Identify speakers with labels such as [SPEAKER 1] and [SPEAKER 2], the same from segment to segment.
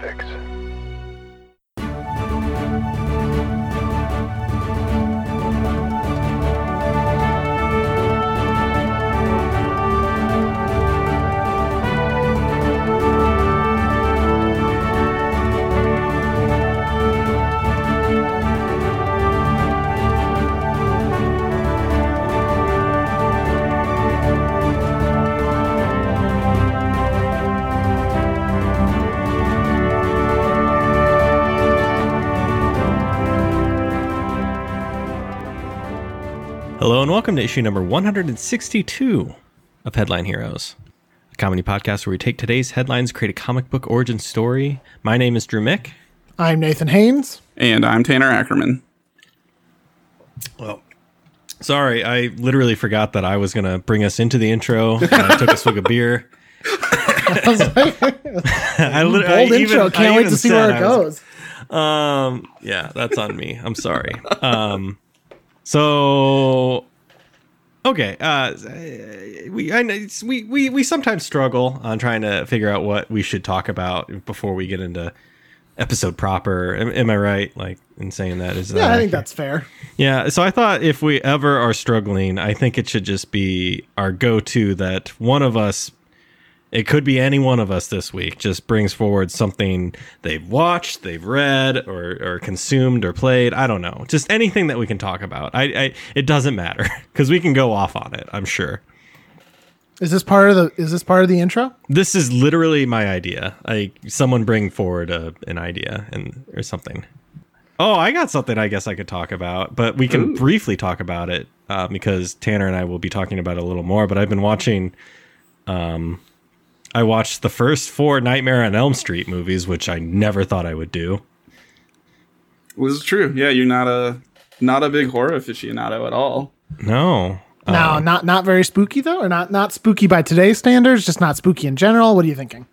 [SPEAKER 1] Fix.
[SPEAKER 2] Hello and welcome to issue number 162 of Headline Heroes, a comedy podcast where we take today's headlines, create a comic book origin story. My name is Drew Mick.
[SPEAKER 3] I'm Nathan Haynes.
[SPEAKER 4] And I'm Tanner Ackerman.
[SPEAKER 2] Well, sorry, I literally forgot that I was going to bring us into the intro. and I took a swig of beer.
[SPEAKER 3] I was like,
[SPEAKER 2] I lit- I
[SPEAKER 3] bold
[SPEAKER 2] Uh, even-
[SPEAKER 3] intro. Can't
[SPEAKER 2] I
[SPEAKER 3] wait
[SPEAKER 2] even
[SPEAKER 3] to see
[SPEAKER 2] said
[SPEAKER 3] where it
[SPEAKER 2] I was-
[SPEAKER 3] goes.
[SPEAKER 2] Um, yeah, that's on me. I'm sorry. Um, so okay, uh, we I know it's, we we we sometimes struggle on trying to figure out what we should talk about before we get into episode proper. Am, am I right? Like in saying that is uh, that
[SPEAKER 3] yeah, I think
[SPEAKER 2] accurate?
[SPEAKER 3] that's fair.
[SPEAKER 2] Yeah, so I thought if we ever are struggling, I think it should just be our go to that one of us, it could be any one of us this week, just brings forward something they've watched, they've read, or, or consumed, or played. I don't know. Just anything that we can talk about. I, I It doesn't matter because we can go off on it, I'm sure.
[SPEAKER 3] Is this part of the? Is this part of the intro?
[SPEAKER 2] This is literally my idea. I someone bring forward a, an idea and or something. Oh, I got something I guess I could talk about, but we can briefly talk about it uh, because Tanner and I will be talking about it a little more. But I've been watching. Um, I watched the first four Nightmare on Elm Street movies, which I never thought I would do.
[SPEAKER 4] This is true. Yeah, you're not a not a big horror aficionado at all.
[SPEAKER 2] No,
[SPEAKER 3] no, not not very spooky though, or not not spooky by today's standards. Just not spooky in general. What are you thinking?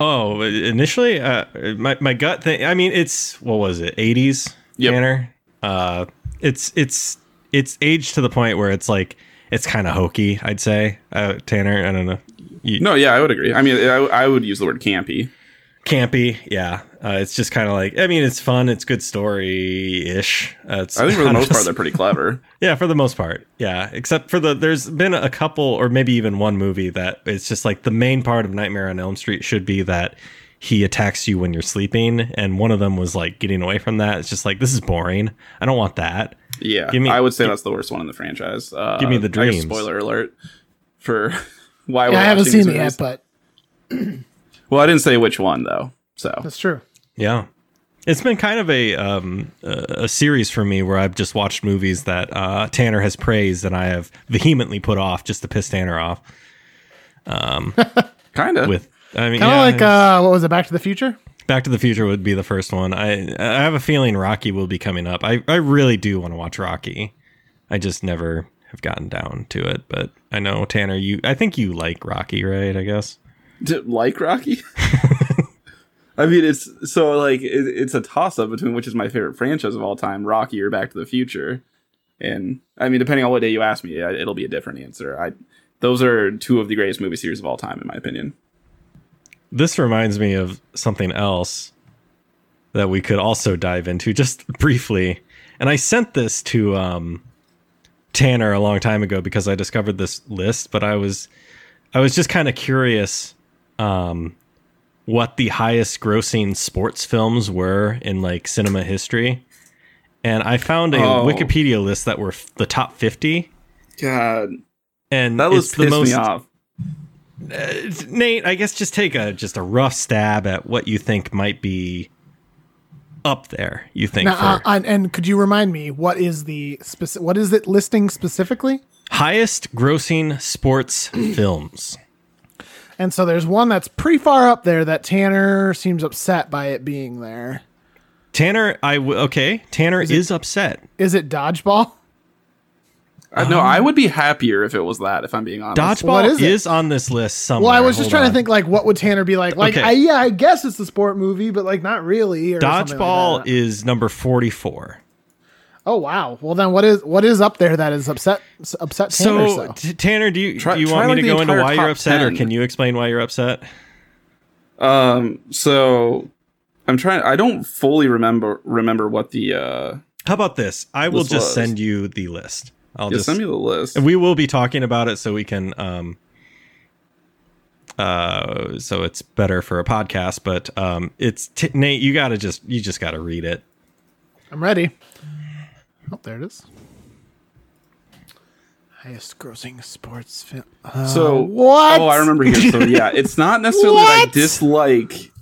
[SPEAKER 2] Oh, initially, uh, my my gut thing. I mean, it's what was it? Eighties
[SPEAKER 4] Yep.
[SPEAKER 2] manner. Uh, it's it's it's aged to the point where it's like it's kind of hokey. I'd say, uh, Tanner. I don't know. You,
[SPEAKER 4] No, yeah, I would agree. I mean, I, I would use the word campy.
[SPEAKER 2] campy. Yeah, uh, it's just kind of like. I mean, it's fun. It's good story ish. Uh, it's-
[SPEAKER 4] I think for the most
[SPEAKER 2] honestly-
[SPEAKER 4] part, they're pretty clever.
[SPEAKER 2] Yeah, for the most part. Yeah, except for the there's been a couple or maybe even one movie that it's just like the main part of Nightmare on Elm Street should be that he attacks you when you're sleeping and one of them was like getting away from that. It's just like this is boring. I don't want that.
[SPEAKER 4] Yeah,
[SPEAKER 2] Give me-
[SPEAKER 4] I would say
[SPEAKER 2] gi-
[SPEAKER 4] that's the worst one in the franchise. Uh,
[SPEAKER 2] Give me the
[SPEAKER 4] I guess
[SPEAKER 2] dreams.
[SPEAKER 4] Spoiler alert for why we're
[SPEAKER 3] Yeah, I haven't
[SPEAKER 4] watching
[SPEAKER 3] seen
[SPEAKER 4] these
[SPEAKER 3] it yet, but
[SPEAKER 4] movies. Well, I didn't say which one though. So
[SPEAKER 3] that's true.
[SPEAKER 2] Yeah. It's been kind of a um a a series for me where I've just watched movies that uh Tanner has praised and I have vehemently put off just to piss Tanner off
[SPEAKER 4] kind of.
[SPEAKER 2] with I mean
[SPEAKER 3] Kind of
[SPEAKER 2] yeah,
[SPEAKER 3] like
[SPEAKER 2] it's-
[SPEAKER 3] uh, what was it? Back to the Future.
[SPEAKER 2] Back to the Future would be the first one. I I have a feeling Rocky will be coming up. I, I really do want to watch Rocky. I just never have gotten down to it, but I know Tanner, you I think you like Rocky, right? I guess.
[SPEAKER 4] D- like Rocky? I mean, it's so like it, it's a toss up between which is my favorite franchise of all time, Rocky or Back to the Future. And I mean, depending on what day you ask me, I- it'll be a different answer. I those are two of the greatest movie series of all time, in my opinion.
[SPEAKER 2] This reminds me of something else that we could also dive into just briefly. And I sent this to um Tanner a long time ago because I discovered this list, but I was I was just kind of curious um what the highest grossing sports films were in like cinema history. And I found a
[SPEAKER 4] Oh.
[SPEAKER 2] Wikipedia list that were f- the top 50
[SPEAKER 4] God,
[SPEAKER 2] and
[SPEAKER 4] that
[SPEAKER 2] it's
[SPEAKER 4] was
[SPEAKER 2] the
[SPEAKER 4] pissed
[SPEAKER 2] most
[SPEAKER 4] me off.
[SPEAKER 2] Nate, I guess just take a just a rough stab at what you think might be up there. You think
[SPEAKER 3] Now, uh,
[SPEAKER 2] for
[SPEAKER 3] and, and could you remind me what is the speci- What is it listing specifically?
[SPEAKER 2] highest grossing sports films?
[SPEAKER 3] And so there's one that's pretty far up there that Tanner seems upset by it being there.
[SPEAKER 2] Tanner, I w- okay. Tanner is, upset.
[SPEAKER 3] Is it dodgeball?
[SPEAKER 4] I, no, I would be happier if it was that. If I'm being honest,
[SPEAKER 2] Dodgeball
[SPEAKER 3] What
[SPEAKER 2] is,
[SPEAKER 3] is it?
[SPEAKER 2] on this list somewhere.
[SPEAKER 3] Well, I was just
[SPEAKER 2] Hold
[SPEAKER 3] trying
[SPEAKER 2] on.
[SPEAKER 3] to think like what would Tanner be like? Like,
[SPEAKER 2] Okay.
[SPEAKER 3] I, yeah, I guess it's a sport movie, but like not really. Or something like
[SPEAKER 2] Dodgeball
[SPEAKER 3] that.
[SPEAKER 2] is number forty-four.
[SPEAKER 3] oh wow. Well then, what is what is up there that is upset upset Tanner?
[SPEAKER 2] So,
[SPEAKER 3] So,
[SPEAKER 2] T- Tanner, do you
[SPEAKER 4] Try-
[SPEAKER 2] do you
[SPEAKER 4] try,
[SPEAKER 2] want me
[SPEAKER 4] like,
[SPEAKER 2] to
[SPEAKER 4] the
[SPEAKER 2] go into
[SPEAKER 4] entire
[SPEAKER 2] why you're
[SPEAKER 4] top
[SPEAKER 2] upset, or
[SPEAKER 4] 10.
[SPEAKER 2] can you explain why you're upset?
[SPEAKER 4] Um, so I'm trying. I don't fully remember remember what the. uh
[SPEAKER 2] How about this? I will
[SPEAKER 4] This
[SPEAKER 2] just
[SPEAKER 4] was-
[SPEAKER 2] send you the list. I'll
[SPEAKER 4] yeah,
[SPEAKER 2] just
[SPEAKER 4] send me the list.
[SPEAKER 2] we will be talking about it so we can um uh so it's better for a podcast but um it's t- Nate you got to just you just got to read it
[SPEAKER 3] I'm ready. Oh, there it is. Highest grossing sports film. Uh,
[SPEAKER 4] So
[SPEAKER 3] what?
[SPEAKER 4] Oh, I remember here. So yeah, it's not necessarily that I
[SPEAKER 3] What?
[SPEAKER 4] dislike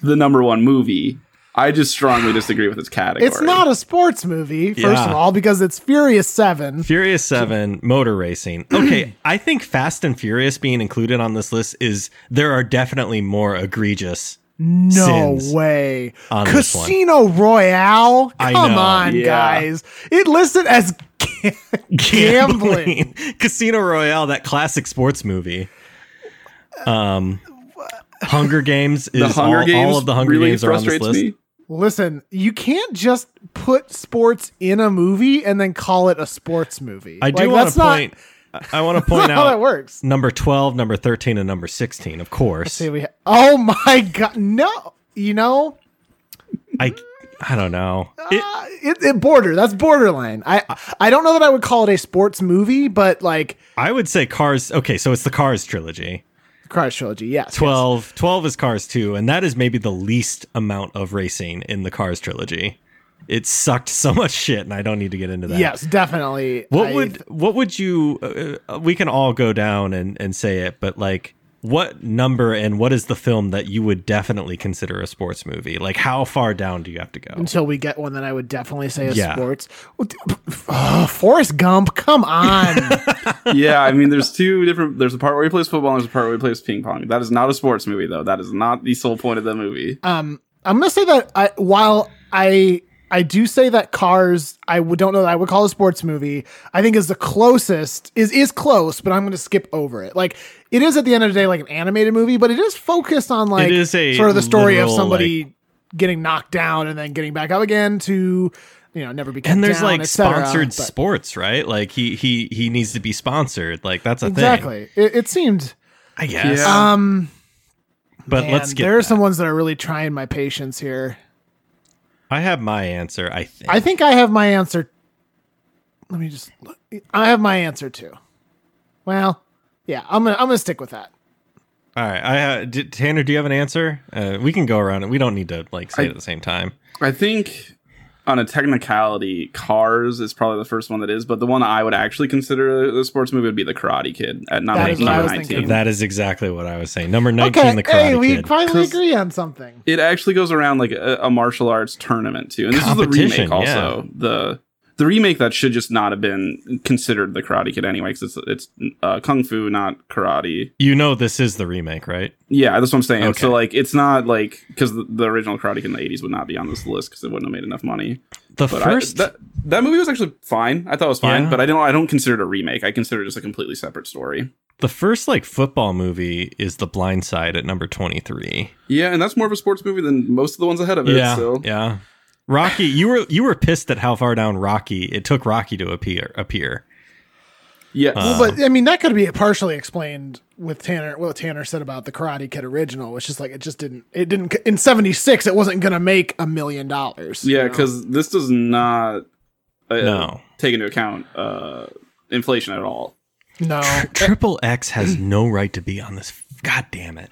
[SPEAKER 4] the number one movie. I just strongly disagree with its category.
[SPEAKER 3] It's not a sports movie, first
[SPEAKER 2] Yeah.
[SPEAKER 3] of all, because it's Furious Seven.
[SPEAKER 2] Furious 7 motor racing okay I think Fast and Furious being included on this list is there are definitely more egregious
[SPEAKER 3] No
[SPEAKER 2] sins
[SPEAKER 3] way.
[SPEAKER 2] on this one.
[SPEAKER 3] Casino Royale? Come
[SPEAKER 2] I know,
[SPEAKER 3] on,
[SPEAKER 4] yeah.
[SPEAKER 3] guys. It listed as ga- gambling.
[SPEAKER 2] Casino Royale that classic sports movie um Hunger Games is
[SPEAKER 4] The Hunger
[SPEAKER 2] all,
[SPEAKER 4] Games.
[SPEAKER 2] all of the Hunger
[SPEAKER 4] really
[SPEAKER 2] Games are on this
[SPEAKER 4] frustrates
[SPEAKER 2] list
[SPEAKER 4] me.
[SPEAKER 3] Listen, you can't just put sports in a movie and then call it a sports movie.
[SPEAKER 2] I do
[SPEAKER 3] Like,
[SPEAKER 2] want
[SPEAKER 3] that's
[SPEAKER 2] to
[SPEAKER 3] not-
[SPEAKER 2] point. I want to
[SPEAKER 3] that's
[SPEAKER 2] point
[SPEAKER 3] not how that
[SPEAKER 2] out
[SPEAKER 3] works.
[SPEAKER 2] number twelve, number thirteen, and number sixteen. Of course,
[SPEAKER 3] See, we ha- oh my god, no! You know,
[SPEAKER 2] I I don't know. It,
[SPEAKER 3] uh, it, it border. That's borderline. I I don't know that I would call it a sports movie, but like
[SPEAKER 2] I would say Cars. Okay, so it's the Cars trilogy.
[SPEAKER 3] Cars trilogy, yes, yes.
[SPEAKER 2] 12, 12 is Cars two, and that is maybe the least amount of racing in the Cars trilogy. It sucked so much shit, and I don't need to get into that.
[SPEAKER 3] Yes, definitely.
[SPEAKER 2] What
[SPEAKER 3] I-
[SPEAKER 2] would what would you? Uh, uh, we can all go down and and say it, but like, what number and what is the film that you would definitely consider a sports movie? Like, how far down do you have to go?
[SPEAKER 3] until we get one that I would definitely say is
[SPEAKER 2] Yeah.
[SPEAKER 3] sports. Well, d- Oh, Forrest Gump, come on.
[SPEAKER 4] yeah, I mean, there's two different. There's a part where he plays football, and there's a part where he plays ping pong. That is not a sports movie, though. That is not the sole point of the movie.
[SPEAKER 3] um, I'm gonna say that I, while I I do say that Cars, I w- don't know that I would call it a sports movie. I think is the closest is is close, but I'm gonna skip over it. Like it is at the end of the day like an animated movie, but it is focused on like
[SPEAKER 2] It is a
[SPEAKER 3] sort of the story
[SPEAKER 2] literal,
[SPEAKER 3] of somebody getting knocked down and then getting back up again to you know never be.
[SPEAKER 2] and there's
[SPEAKER 3] down,
[SPEAKER 2] like
[SPEAKER 3] et cetera,
[SPEAKER 2] sponsored
[SPEAKER 3] but-
[SPEAKER 2] sports right like he he he needs to be sponsored like that's a thing
[SPEAKER 3] Exactly. It, it seemed.
[SPEAKER 2] i guess
[SPEAKER 4] Yeah.
[SPEAKER 3] Um,
[SPEAKER 2] but let's
[SPEAKER 3] Man,
[SPEAKER 2] get
[SPEAKER 3] there are
[SPEAKER 2] that.
[SPEAKER 3] some ones that are really trying my patience here.
[SPEAKER 2] i have my answer i think
[SPEAKER 3] I think I have my answer. Let me just. Look. I have my answer too. Well, yeah, I'm gonna I'm gonna stick with that.
[SPEAKER 2] all right i ha- d- tanner do you have an answer uh, we can go around it we don't need to like say it at the same time
[SPEAKER 4] I think on a technicality, Cars is probably the first one that is, but the one I would actually consider a, a sports movie would be The Karate Kid at number,
[SPEAKER 3] That is what I
[SPEAKER 4] number
[SPEAKER 3] was
[SPEAKER 4] 19.
[SPEAKER 3] thinking.
[SPEAKER 2] that is exactly what i was saying number 19 the karate
[SPEAKER 3] hey, we
[SPEAKER 2] kid
[SPEAKER 3] finally
[SPEAKER 4] 'Cause-
[SPEAKER 3] agree on something.
[SPEAKER 4] It actually goes around like a, a martial arts tournament too, and this is the
[SPEAKER 2] Competition,
[SPEAKER 4] remake also the the remake that should just not have been considered The Karate Kid anyway because it's it's uh, kung fu, not karate.
[SPEAKER 2] you know this is the remake right
[SPEAKER 4] Yeah, that's what I'm saying.
[SPEAKER 2] Okay.
[SPEAKER 4] So like, it's not like because the, the original Karate Kid in the '80s would not be on this list because it wouldn't have made enough money.
[SPEAKER 2] the
[SPEAKER 4] But
[SPEAKER 2] first
[SPEAKER 4] I, that, that movie was actually fine. I thought it was fine,
[SPEAKER 2] Yeah.
[SPEAKER 4] but I don't. I don't consider it a remake. I consider it just a completely separate story.
[SPEAKER 2] the first like football movie is the blind side at number 23
[SPEAKER 4] Yeah, and that's more of a sports movie than most of the ones ahead of it.
[SPEAKER 2] yeah
[SPEAKER 4] so
[SPEAKER 2] yeah rocky you were you were pissed at how far down rocky it took rocky to appear appear
[SPEAKER 4] yes,
[SPEAKER 2] Uh,
[SPEAKER 3] Well, but I mean that could be partially explained with Tanner. What Tanner said about the Karate Kid original, which is like it just didn't. It didn't in '76. It wasn't gonna make a million dollars. you
[SPEAKER 4] yeah,
[SPEAKER 3] know?
[SPEAKER 4] because this does not uh,
[SPEAKER 2] no
[SPEAKER 4] take into account uh, inflation at all.
[SPEAKER 3] no,
[SPEAKER 2] Triple X has no right to be on this. God damn it.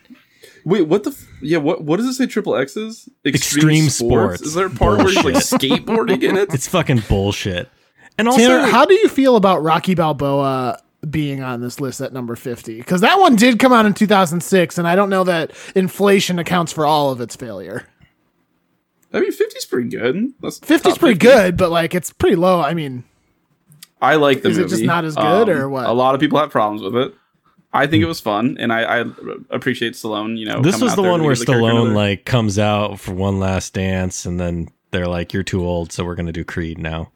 [SPEAKER 4] Wait, what the? F- yeah, what what does it say? Triple X's
[SPEAKER 2] Extreme sports.
[SPEAKER 4] Is there a part where he's like skateboarding in it?
[SPEAKER 2] It's fucking bullshit. And also,
[SPEAKER 3] Tanner, how do you feel about Rocky Balboa being on this list at number 50? Because that one did come out in 2006, and I don't know that inflation accounts for all of its failure.
[SPEAKER 4] I mean, 50's pretty good. That's
[SPEAKER 3] 50's
[SPEAKER 4] top
[SPEAKER 2] Uh,
[SPEAKER 3] pretty
[SPEAKER 4] 50.
[SPEAKER 3] good, but like it's pretty low. I mean,
[SPEAKER 4] I like the
[SPEAKER 3] Is it
[SPEAKER 4] movie. Um,
[SPEAKER 3] just not as good, or what?
[SPEAKER 4] A lot of people have problems with it. I think it was fun, and I, I appreciate Stallone. You know,
[SPEAKER 2] this
[SPEAKER 4] coming
[SPEAKER 2] was
[SPEAKER 4] out
[SPEAKER 2] the
[SPEAKER 4] there
[SPEAKER 2] one
[SPEAKER 4] to
[SPEAKER 2] where
[SPEAKER 4] give the character
[SPEAKER 2] Stallone
[SPEAKER 4] another-
[SPEAKER 2] like comes out for one last dance, and then they're like, "You're too old, so we're gonna do Creed now."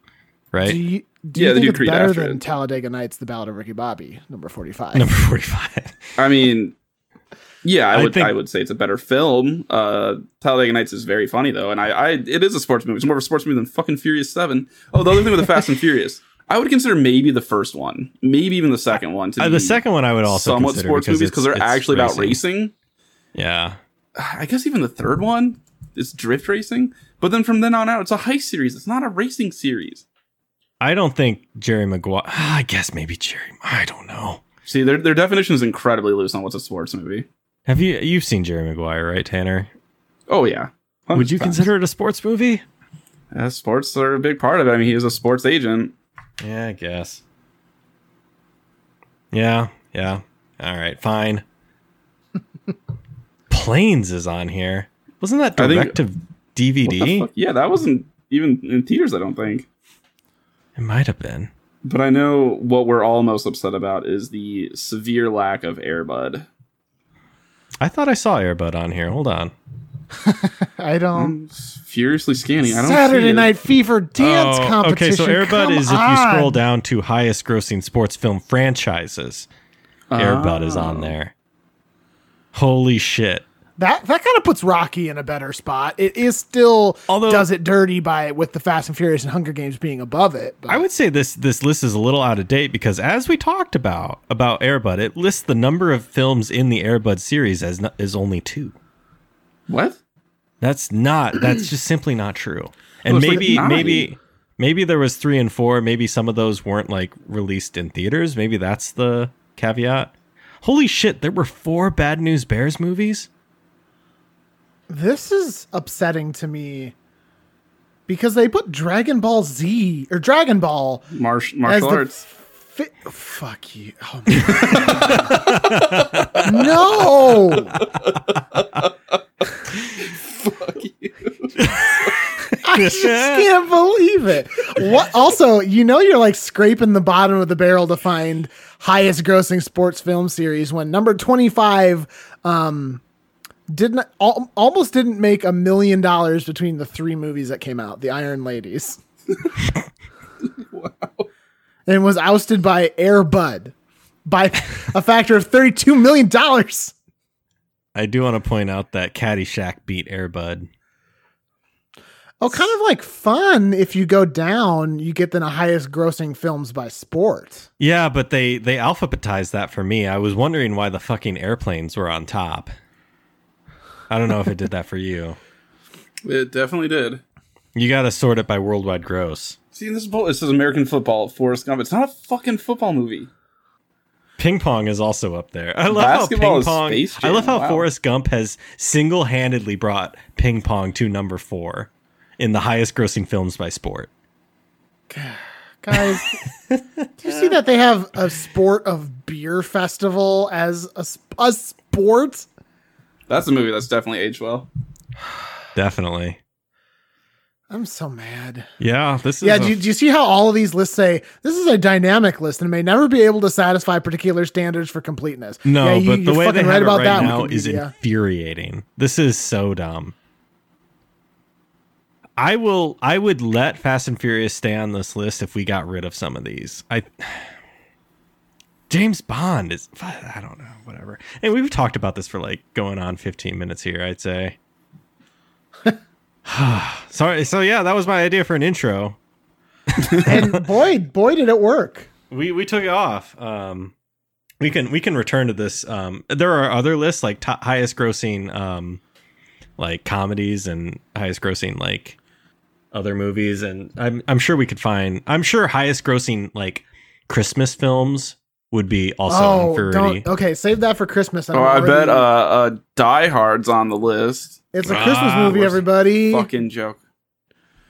[SPEAKER 3] do
[SPEAKER 2] Right?
[SPEAKER 3] you, do
[SPEAKER 4] Yeah,
[SPEAKER 3] you
[SPEAKER 4] they
[SPEAKER 3] think
[SPEAKER 4] do
[SPEAKER 3] it's
[SPEAKER 4] Creed
[SPEAKER 3] better
[SPEAKER 4] after
[SPEAKER 3] than
[SPEAKER 4] it.
[SPEAKER 3] Talladega Nights, The Ballad of Ricky Bobby, number 45?
[SPEAKER 2] Number forty-five.
[SPEAKER 4] I mean, yeah, I
[SPEAKER 2] I
[SPEAKER 4] would. I,
[SPEAKER 2] think-
[SPEAKER 4] would say it's a better film. Uh, Talladega Nights is very funny though, and I, I, it is a sports movie. It's more of a sports movie than fucking Furious Seven. Oh, the other thing with the Fast and Furious, I would consider maybe the first one, maybe even the second one to
[SPEAKER 2] Uh,
[SPEAKER 4] be
[SPEAKER 2] the second one I would also
[SPEAKER 4] somewhat
[SPEAKER 2] consider
[SPEAKER 4] sports movies
[SPEAKER 2] it's-
[SPEAKER 4] because they're
[SPEAKER 2] it's
[SPEAKER 4] actually about racing.
[SPEAKER 2] Yeah,
[SPEAKER 4] I guess even the third one it's drift racing. But then from then on out, it's a heist series. It's not a racing series.
[SPEAKER 2] I don't think Jerry Maguire. I guess maybe Jerry. I don't know.
[SPEAKER 4] See, their their definition is incredibly loose on what's a sports movie.
[SPEAKER 2] Have you you've seen Jerry Maguire, right, Tanner?
[SPEAKER 4] Oh yeah.
[SPEAKER 2] Would you
[SPEAKER 4] 100%.
[SPEAKER 2] consider it a sports movie?
[SPEAKER 4] Yeah, sports are a big part of it? I mean, he is a sports agent.
[SPEAKER 2] Yeah, I guess. Yeah, yeah. All right, fine. Planes is on here. Wasn't that
[SPEAKER 4] I think-
[SPEAKER 2] direct to
[SPEAKER 4] What the
[SPEAKER 2] DVD?
[SPEAKER 4] fuck? Yeah, that wasn't even in theaters. I don't think.
[SPEAKER 2] It might have been.
[SPEAKER 4] But I know what we're all most upset about is the severe lack of Airbud.
[SPEAKER 2] I thought I saw Airbud on here. Hold on.
[SPEAKER 3] I don't.
[SPEAKER 4] I'm furiously
[SPEAKER 2] Mm,
[SPEAKER 4] scanning. I don't see
[SPEAKER 3] Saturday
[SPEAKER 4] it.
[SPEAKER 3] Night Fever dance
[SPEAKER 2] Oh, okay,
[SPEAKER 3] competition.
[SPEAKER 2] so Airbud
[SPEAKER 3] Come
[SPEAKER 2] is if you scroll
[SPEAKER 3] on.
[SPEAKER 2] down to highest grossing sports film franchises, Airbud is on
[SPEAKER 4] Oh.
[SPEAKER 2] there. Holy shit.
[SPEAKER 3] That that kind of puts Rocky in a better spot. It is still
[SPEAKER 2] Although-
[SPEAKER 3] does it dirty by with the Fast and Furious and Hunger Games being above it. But
[SPEAKER 2] I would say this this list is a little out of date because as we talked about about Airbud, it lists the number of films in the Airbud series as no, is only 2.
[SPEAKER 4] What?
[SPEAKER 2] That's not that's just simply not true. And
[SPEAKER 4] Looks like
[SPEAKER 2] maybe
[SPEAKER 4] nine.
[SPEAKER 2] maybe maybe there was 3 and 4, maybe some of those weren't like released in theaters, maybe that's the caveat. Holy shit, there were 4 Bad News Bears movies?
[SPEAKER 3] this is upsetting to me because they put Dragon Ball Z or Dragon Ball
[SPEAKER 4] Marsh, martial
[SPEAKER 3] the
[SPEAKER 4] arts.
[SPEAKER 3] Fi- fuck you. Oh, my- no. I just can't believe it. What? Also, you know, you're like scraping the bottom of the barrel to find highest grossing sports film series when number 25 um, didn't al- almost didn't make a million dollars between the three movies that came out, The Iron Ladies. And was ousted by Air Bud by a factor of 32 million dollars.
[SPEAKER 2] I do want to point out that Caddyshack beat Airbud.
[SPEAKER 3] Oh, kind of like fun. If you go down, you get then the highest grossing films by sport.
[SPEAKER 2] Yeah, but they they alphabetized that for me. I was wondering why the fucking airplanes were on top. I don't know if it did that for you.
[SPEAKER 4] It definitely did.
[SPEAKER 2] You got to sort it by worldwide gross.
[SPEAKER 4] See, this is bull- this is American football. Forrest Gump. It's not a fucking football movie.
[SPEAKER 2] Ping pong is also up there. I love how
[SPEAKER 4] Basketball
[SPEAKER 2] ping
[SPEAKER 4] is
[SPEAKER 2] pong.
[SPEAKER 4] Space
[SPEAKER 2] I love
[SPEAKER 4] Jam,
[SPEAKER 2] how
[SPEAKER 4] wow.
[SPEAKER 2] Forrest Gump has single-handedly brought ping pong to number 4 in the highest-grossing films by sport.
[SPEAKER 3] Guys, do you see that they have a sport of beer festival as a, sp- a sport?
[SPEAKER 4] That's a movie that's definitely aged well.
[SPEAKER 2] Definitely.
[SPEAKER 3] I'm so mad.
[SPEAKER 2] Yeah, this is
[SPEAKER 3] Yeah,
[SPEAKER 2] a-
[SPEAKER 3] do you, do you see how all of these lists say this is a dynamic list and may never be able to satisfy particular standards for completeness?
[SPEAKER 2] No,
[SPEAKER 3] Yeah, you-
[SPEAKER 2] but the
[SPEAKER 3] you're
[SPEAKER 2] way they
[SPEAKER 3] fucking
[SPEAKER 2] have it
[SPEAKER 3] right about
[SPEAKER 2] right
[SPEAKER 3] that,
[SPEAKER 2] now is
[SPEAKER 3] Wikipedia.
[SPEAKER 2] infuriating. This is so dumb. I will. I would let Fast and Furious stay on this list if we got rid of some of these. I. James Bond is. I don't know. Whatever. And we've talked about this for like going on 15 minutes here. I'd say. Sorry. So yeah, that was my idea for an intro.
[SPEAKER 3] and boy, boy, did it work.
[SPEAKER 2] we we took it off um we can we can return to this um there are other lists like top, highest grossing um like comedies and highest grossing like other movies and i'm i'm sure we could find i'm sure highest grossing like christmas films would be also on
[SPEAKER 3] Oh,
[SPEAKER 2] Furity.
[SPEAKER 3] don't. Okay, save that for Christmas. I'm
[SPEAKER 4] Oh, I
[SPEAKER 3] already-
[SPEAKER 4] bet uh, uh, Die Hard's on the list.
[SPEAKER 3] it's a
[SPEAKER 2] Ah,
[SPEAKER 3] Christmas movie,
[SPEAKER 4] we're-
[SPEAKER 3] everybody.
[SPEAKER 4] Fucking joke.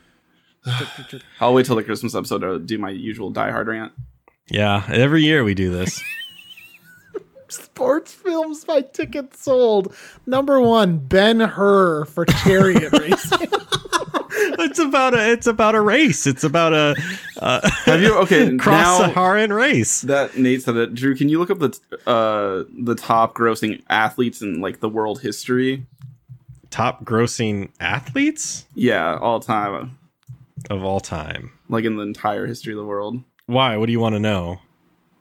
[SPEAKER 4] I'll wait till the Christmas episode to do my usual Die Hard rant.
[SPEAKER 2] yeah every year we do this
[SPEAKER 3] Sports films by tickets sold. Number one, Ben Hur for chariot racing.
[SPEAKER 2] it's about a it's about a race it's about a uh,
[SPEAKER 4] Have you okay
[SPEAKER 2] cross
[SPEAKER 4] now?
[SPEAKER 2] saharan race
[SPEAKER 4] That Nate said it. Drew, can you look up the t- uh the top grossing athletes in like the world history?
[SPEAKER 2] top grossing athletes
[SPEAKER 4] Yeah, all time,
[SPEAKER 2] of all time
[SPEAKER 4] like in the entire history of the world.
[SPEAKER 2] why what do you want to know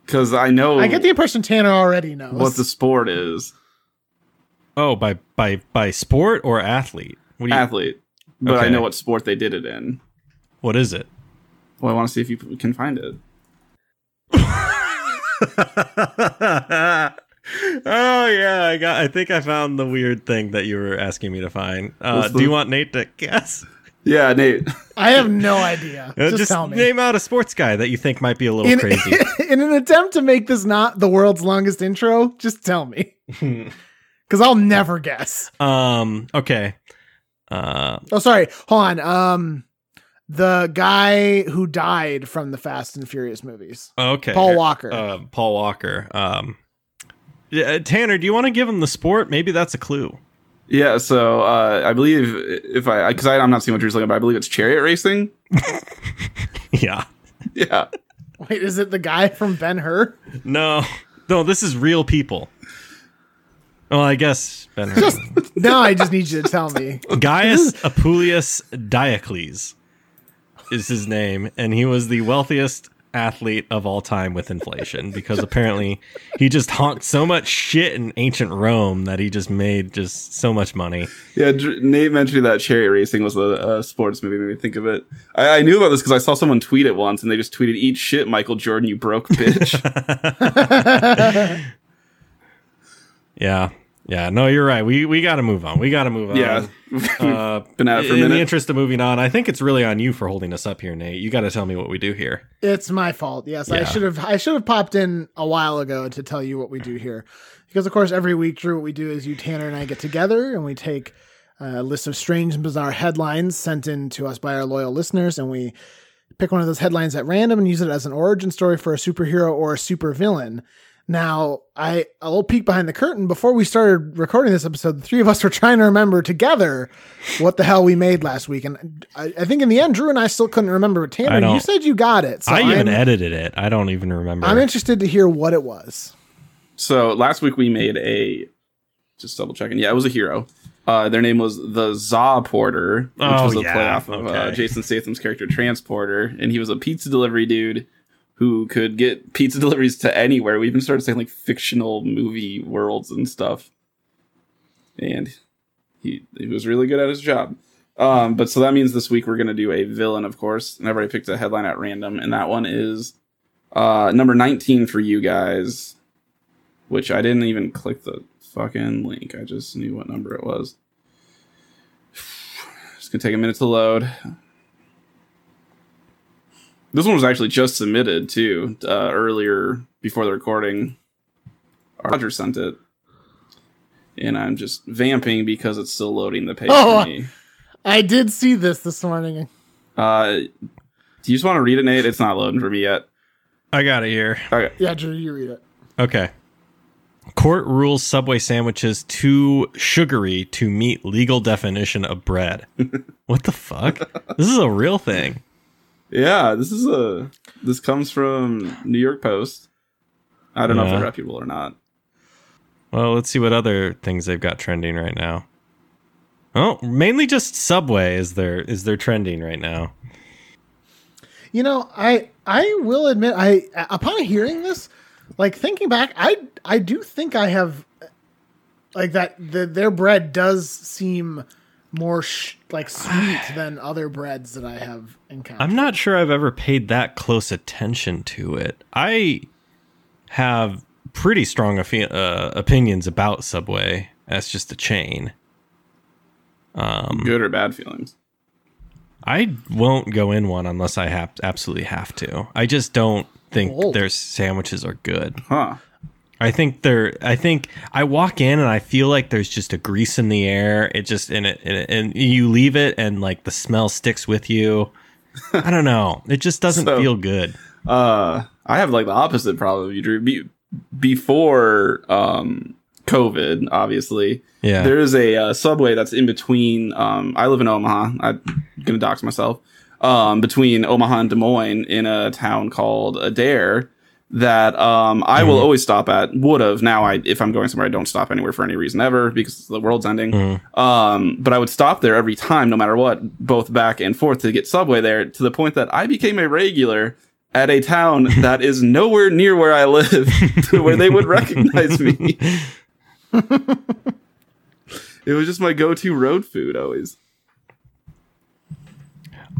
[SPEAKER 4] Because I know
[SPEAKER 3] I get the impression Tanner already knows.
[SPEAKER 4] what the sport is.
[SPEAKER 2] Oh, by by by sport or athlete? What do you,
[SPEAKER 4] Athlete, but I
[SPEAKER 2] Okay.
[SPEAKER 4] know what sport they did it in.
[SPEAKER 2] what is it?
[SPEAKER 4] Well, I want to see if you p- can find it.
[SPEAKER 2] Oh yeah, I got. I think I found the weird thing that you were asking me to find. Uh,
[SPEAKER 4] What's
[SPEAKER 2] do
[SPEAKER 4] the-
[SPEAKER 2] you want Nate to guess?
[SPEAKER 4] Yeah, Nate.
[SPEAKER 3] I have no idea.
[SPEAKER 2] Uh,
[SPEAKER 3] Just, tell me.
[SPEAKER 2] name out a sports guy that you think might be a little
[SPEAKER 3] in,
[SPEAKER 2] crazy.
[SPEAKER 3] in an attempt to make this not the world's longest intro, just tell me. Because I'll never guess.
[SPEAKER 2] um. Okay. Uh.
[SPEAKER 3] Oh, sorry. Hold on. Um, the guy who died from the Fast and Furious movies,
[SPEAKER 2] Okay.
[SPEAKER 3] Paul Walker.
[SPEAKER 2] Uh, Paul Walker. Um. yeah, uh, Tanner, do you want to give him the sport? Maybe that's a clue.
[SPEAKER 4] Yeah, so uh, I believe if I because I, I'm not seeing what you're looking at, but I believe it's chariot racing.
[SPEAKER 2] Yeah.
[SPEAKER 4] Yeah,
[SPEAKER 3] Wait, is it the guy from Ben Hur?
[SPEAKER 2] No. No. This is real people. Well, I guess Ben. Hur.
[SPEAKER 3] Just no. I just need you to tell me.
[SPEAKER 2] Gaius Apuleius Diocles is his name, and he was the wealthiest athlete of all time with inflation because apparently he just honked so much shit in ancient Rome that he just made just so much money.
[SPEAKER 4] yeah. Dr- Nate mentioned that chariot racing was a, a sports movie. Made me think of it. I, I knew about this because I saw someone tweet it once, and they just tweeted, "Eat shit, Michael Jordan, you broke bitch."
[SPEAKER 2] Yeah. Yeah, no, you're right. We we got to move on. We got to move on.
[SPEAKER 4] yeah, we've
[SPEAKER 2] Uh,
[SPEAKER 4] been at it for a
[SPEAKER 2] in the
[SPEAKER 4] minute.
[SPEAKER 2] interest of moving on, I think it's really on you for holding us up here, Nate. You got to tell me what we do here.
[SPEAKER 3] It's my fault. Yes, I
[SPEAKER 2] Yeah.
[SPEAKER 3] should have. I should have popped in a while ago to tell you what we do here, because of course every week, Drew, what we do is you, Tanner, and I get together and we take a list of strange and bizarre headlines sent in to us by our loyal listeners, and we pick one of those headlines at random and use it as an origin story for a superhero or a supervillain. Now, I a little peek behind the curtain before we started recording this episode, the three of us were trying to remember together what the hell we made last week, and I, I think in the end, Drew and I still couldn't remember.
[SPEAKER 2] I
[SPEAKER 3] Tanner,
[SPEAKER 2] don't-
[SPEAKER 3] you said you got it. So
[SPEAKER 2] I even
[SPEAKER 3] I'm-
[SPEAKER 2] edited it. I don't even remember.
[SPEAKER 3] I'm interested to hear what it was.
[SPEAKER 4] So last week we made a just double checking. Yeah, it was a hero. Uh, their name was the Za Porter, which
[SPEAKER 2] Oh,
[SPEAKER 4] was a
[SPEAKER 2] yeah,
[SPEAKER 4] playoff of uh,
[SPEAKER 2] okay.
[SPEAKER 4] Jason Statham's character Transporter, and he was a pizza delivery dude who could get pizza deliveries to anywhere. We even started saying like fictional movie worlds and stuff, and he he was really good at his job. Um, but so that means this week we're gonna do a villain, of course. And I've already picked a headline at random, and that one is uh, number nineteen for you guys which I didn't even click the fucking link. I just knew what number it was. It's gonna take a minute to load. This one was actually just submitted too uh, earlier before the recording. Roger sent it, and I'm just vamping because it's still loading the page
[SPEAKER 3] Oh.
[SPEAKER 4] for me.
[SPEAKER 3] I did see this this morning.
[SPEAKER 4] Uh, do you just want to read it, Nate? It's not loading for me yet.
[SPEAKER 2] I got it here.
[SPEAKER 4] Okay.
[SPEAKER 3] Yeah, Drew, you read it.
[SPEAKER 2] Okay. Court rules Subway sandwiches too sugary to meet legal definition of bread. what the fuck? This is a real thing.
[SPEAKER 4] Yeah, this is a this comes from New York Post. I don't know if
[SPEAKER 2] Yeah.
[SPEAKER 4] they're reputable or not.
[SPEAKER 2] Well, let's see what other things they've got trending right now. Oh, mainly just Subway is their is their trending right now.
[SPEAKER 3] You know, I I will admit, I upon hearing this, like thinking back, I I do think I have, like that the, their bread does seem more sh- like sweet than other breads that I have encountered.
[SPEAKER 2] I'm not sure I've ever paid that close attention to it. I have pretty strong affi- uh, opinions about Subway as just a chain.
[SPEAKER 4] Good or bad feelings.
[SPEAKER 2] I won't go in one unless I have absolutely have to. I just don't think
[SPEAKER 3] Whoa.
[SPEAKER 2] their sandwiches are good.
[SPEAKER 4] Huh.
[SPEAKER 2] I think they're. I think I walk in and I feel like there's just a grease in the air. It just and it and, it, and you leave it and like the smell sticks with you. I don't know. It just doesn't
[SPEAKER 4] So-
[SPEAKER 2] feel good.
[SPEAKER 4] Uh I have like the opposite problem of you, Drew. Be- before um COVID, obviously.
[SPEAKER 2] Yeah.
[SPEAKER 4] There is a uh, subway that's in between um I live in Omaha. I'm gonna dox myself. Um between Omaha and Des Moines in a town called Adair that um I will always stop at. Would have. Now I if I'm going somewhere I don't stop anywhere for any reason ever because the world's ending.
[SPEAKER 2] Mhm.
[SPEAKER 4] Um, but I would stop there every time, no matter what, both back and forth to get subway there. To the point that I became a regular at a town that is nowhere near where I live, to where they would recognize me. it was just my go-to road food always.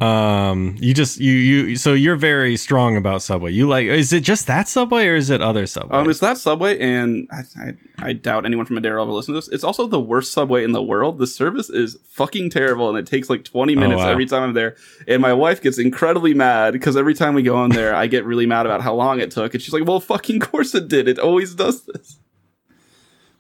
[SPEAKER 2] Um, you just you you so you're very strong about Subway. You like is it just that Subway or is it other Subway?
[SPEAKER 4] Um, it's that subway, and I, I, I doubt anyone from Madero ever listened to this. It's also the worst subway in the world. The service is fucking terrible, and it takes like 20 minutes
[SPEAKER 2] wow.
[SPEAKER 4] every time I'm there. And my wife gets incredibly mad because every time we go on there, I get really mad about how long it took. And she's like, "Well, fucking course it did. It always does this."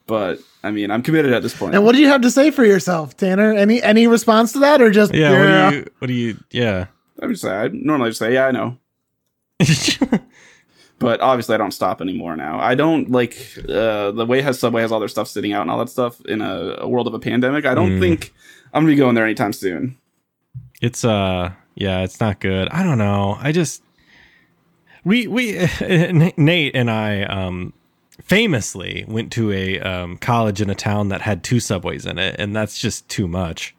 [SPEAKER 4] But I mean, I'm committed at this point.
[SPEAKER 3] And what do you have to say for yourself, Tanner? Any any response to that, or just uh,
[SPEAKER 2] yeah.
[SPEAKER 3] "Yeah"?
[SPEAKER 2] What do you? What do you? Yeah.
[SPEAKER 4] I'm just I normally just say, "Yeah, I know." but obviously I don't stop anymore now. I don't like uh, the way has Subway has all their stuff sitting out and all that stuff in a, a world of a pandemic. I don't
[SPEAKER 2] Mm.
[SPEAKER 4] think I'm gonna be going there anytime soon.
[SPEAKER 2] it's uh yeah it's not good i don't know i just we we nate and i um famously went to a um, college in a town that had two subways in it and that's just too much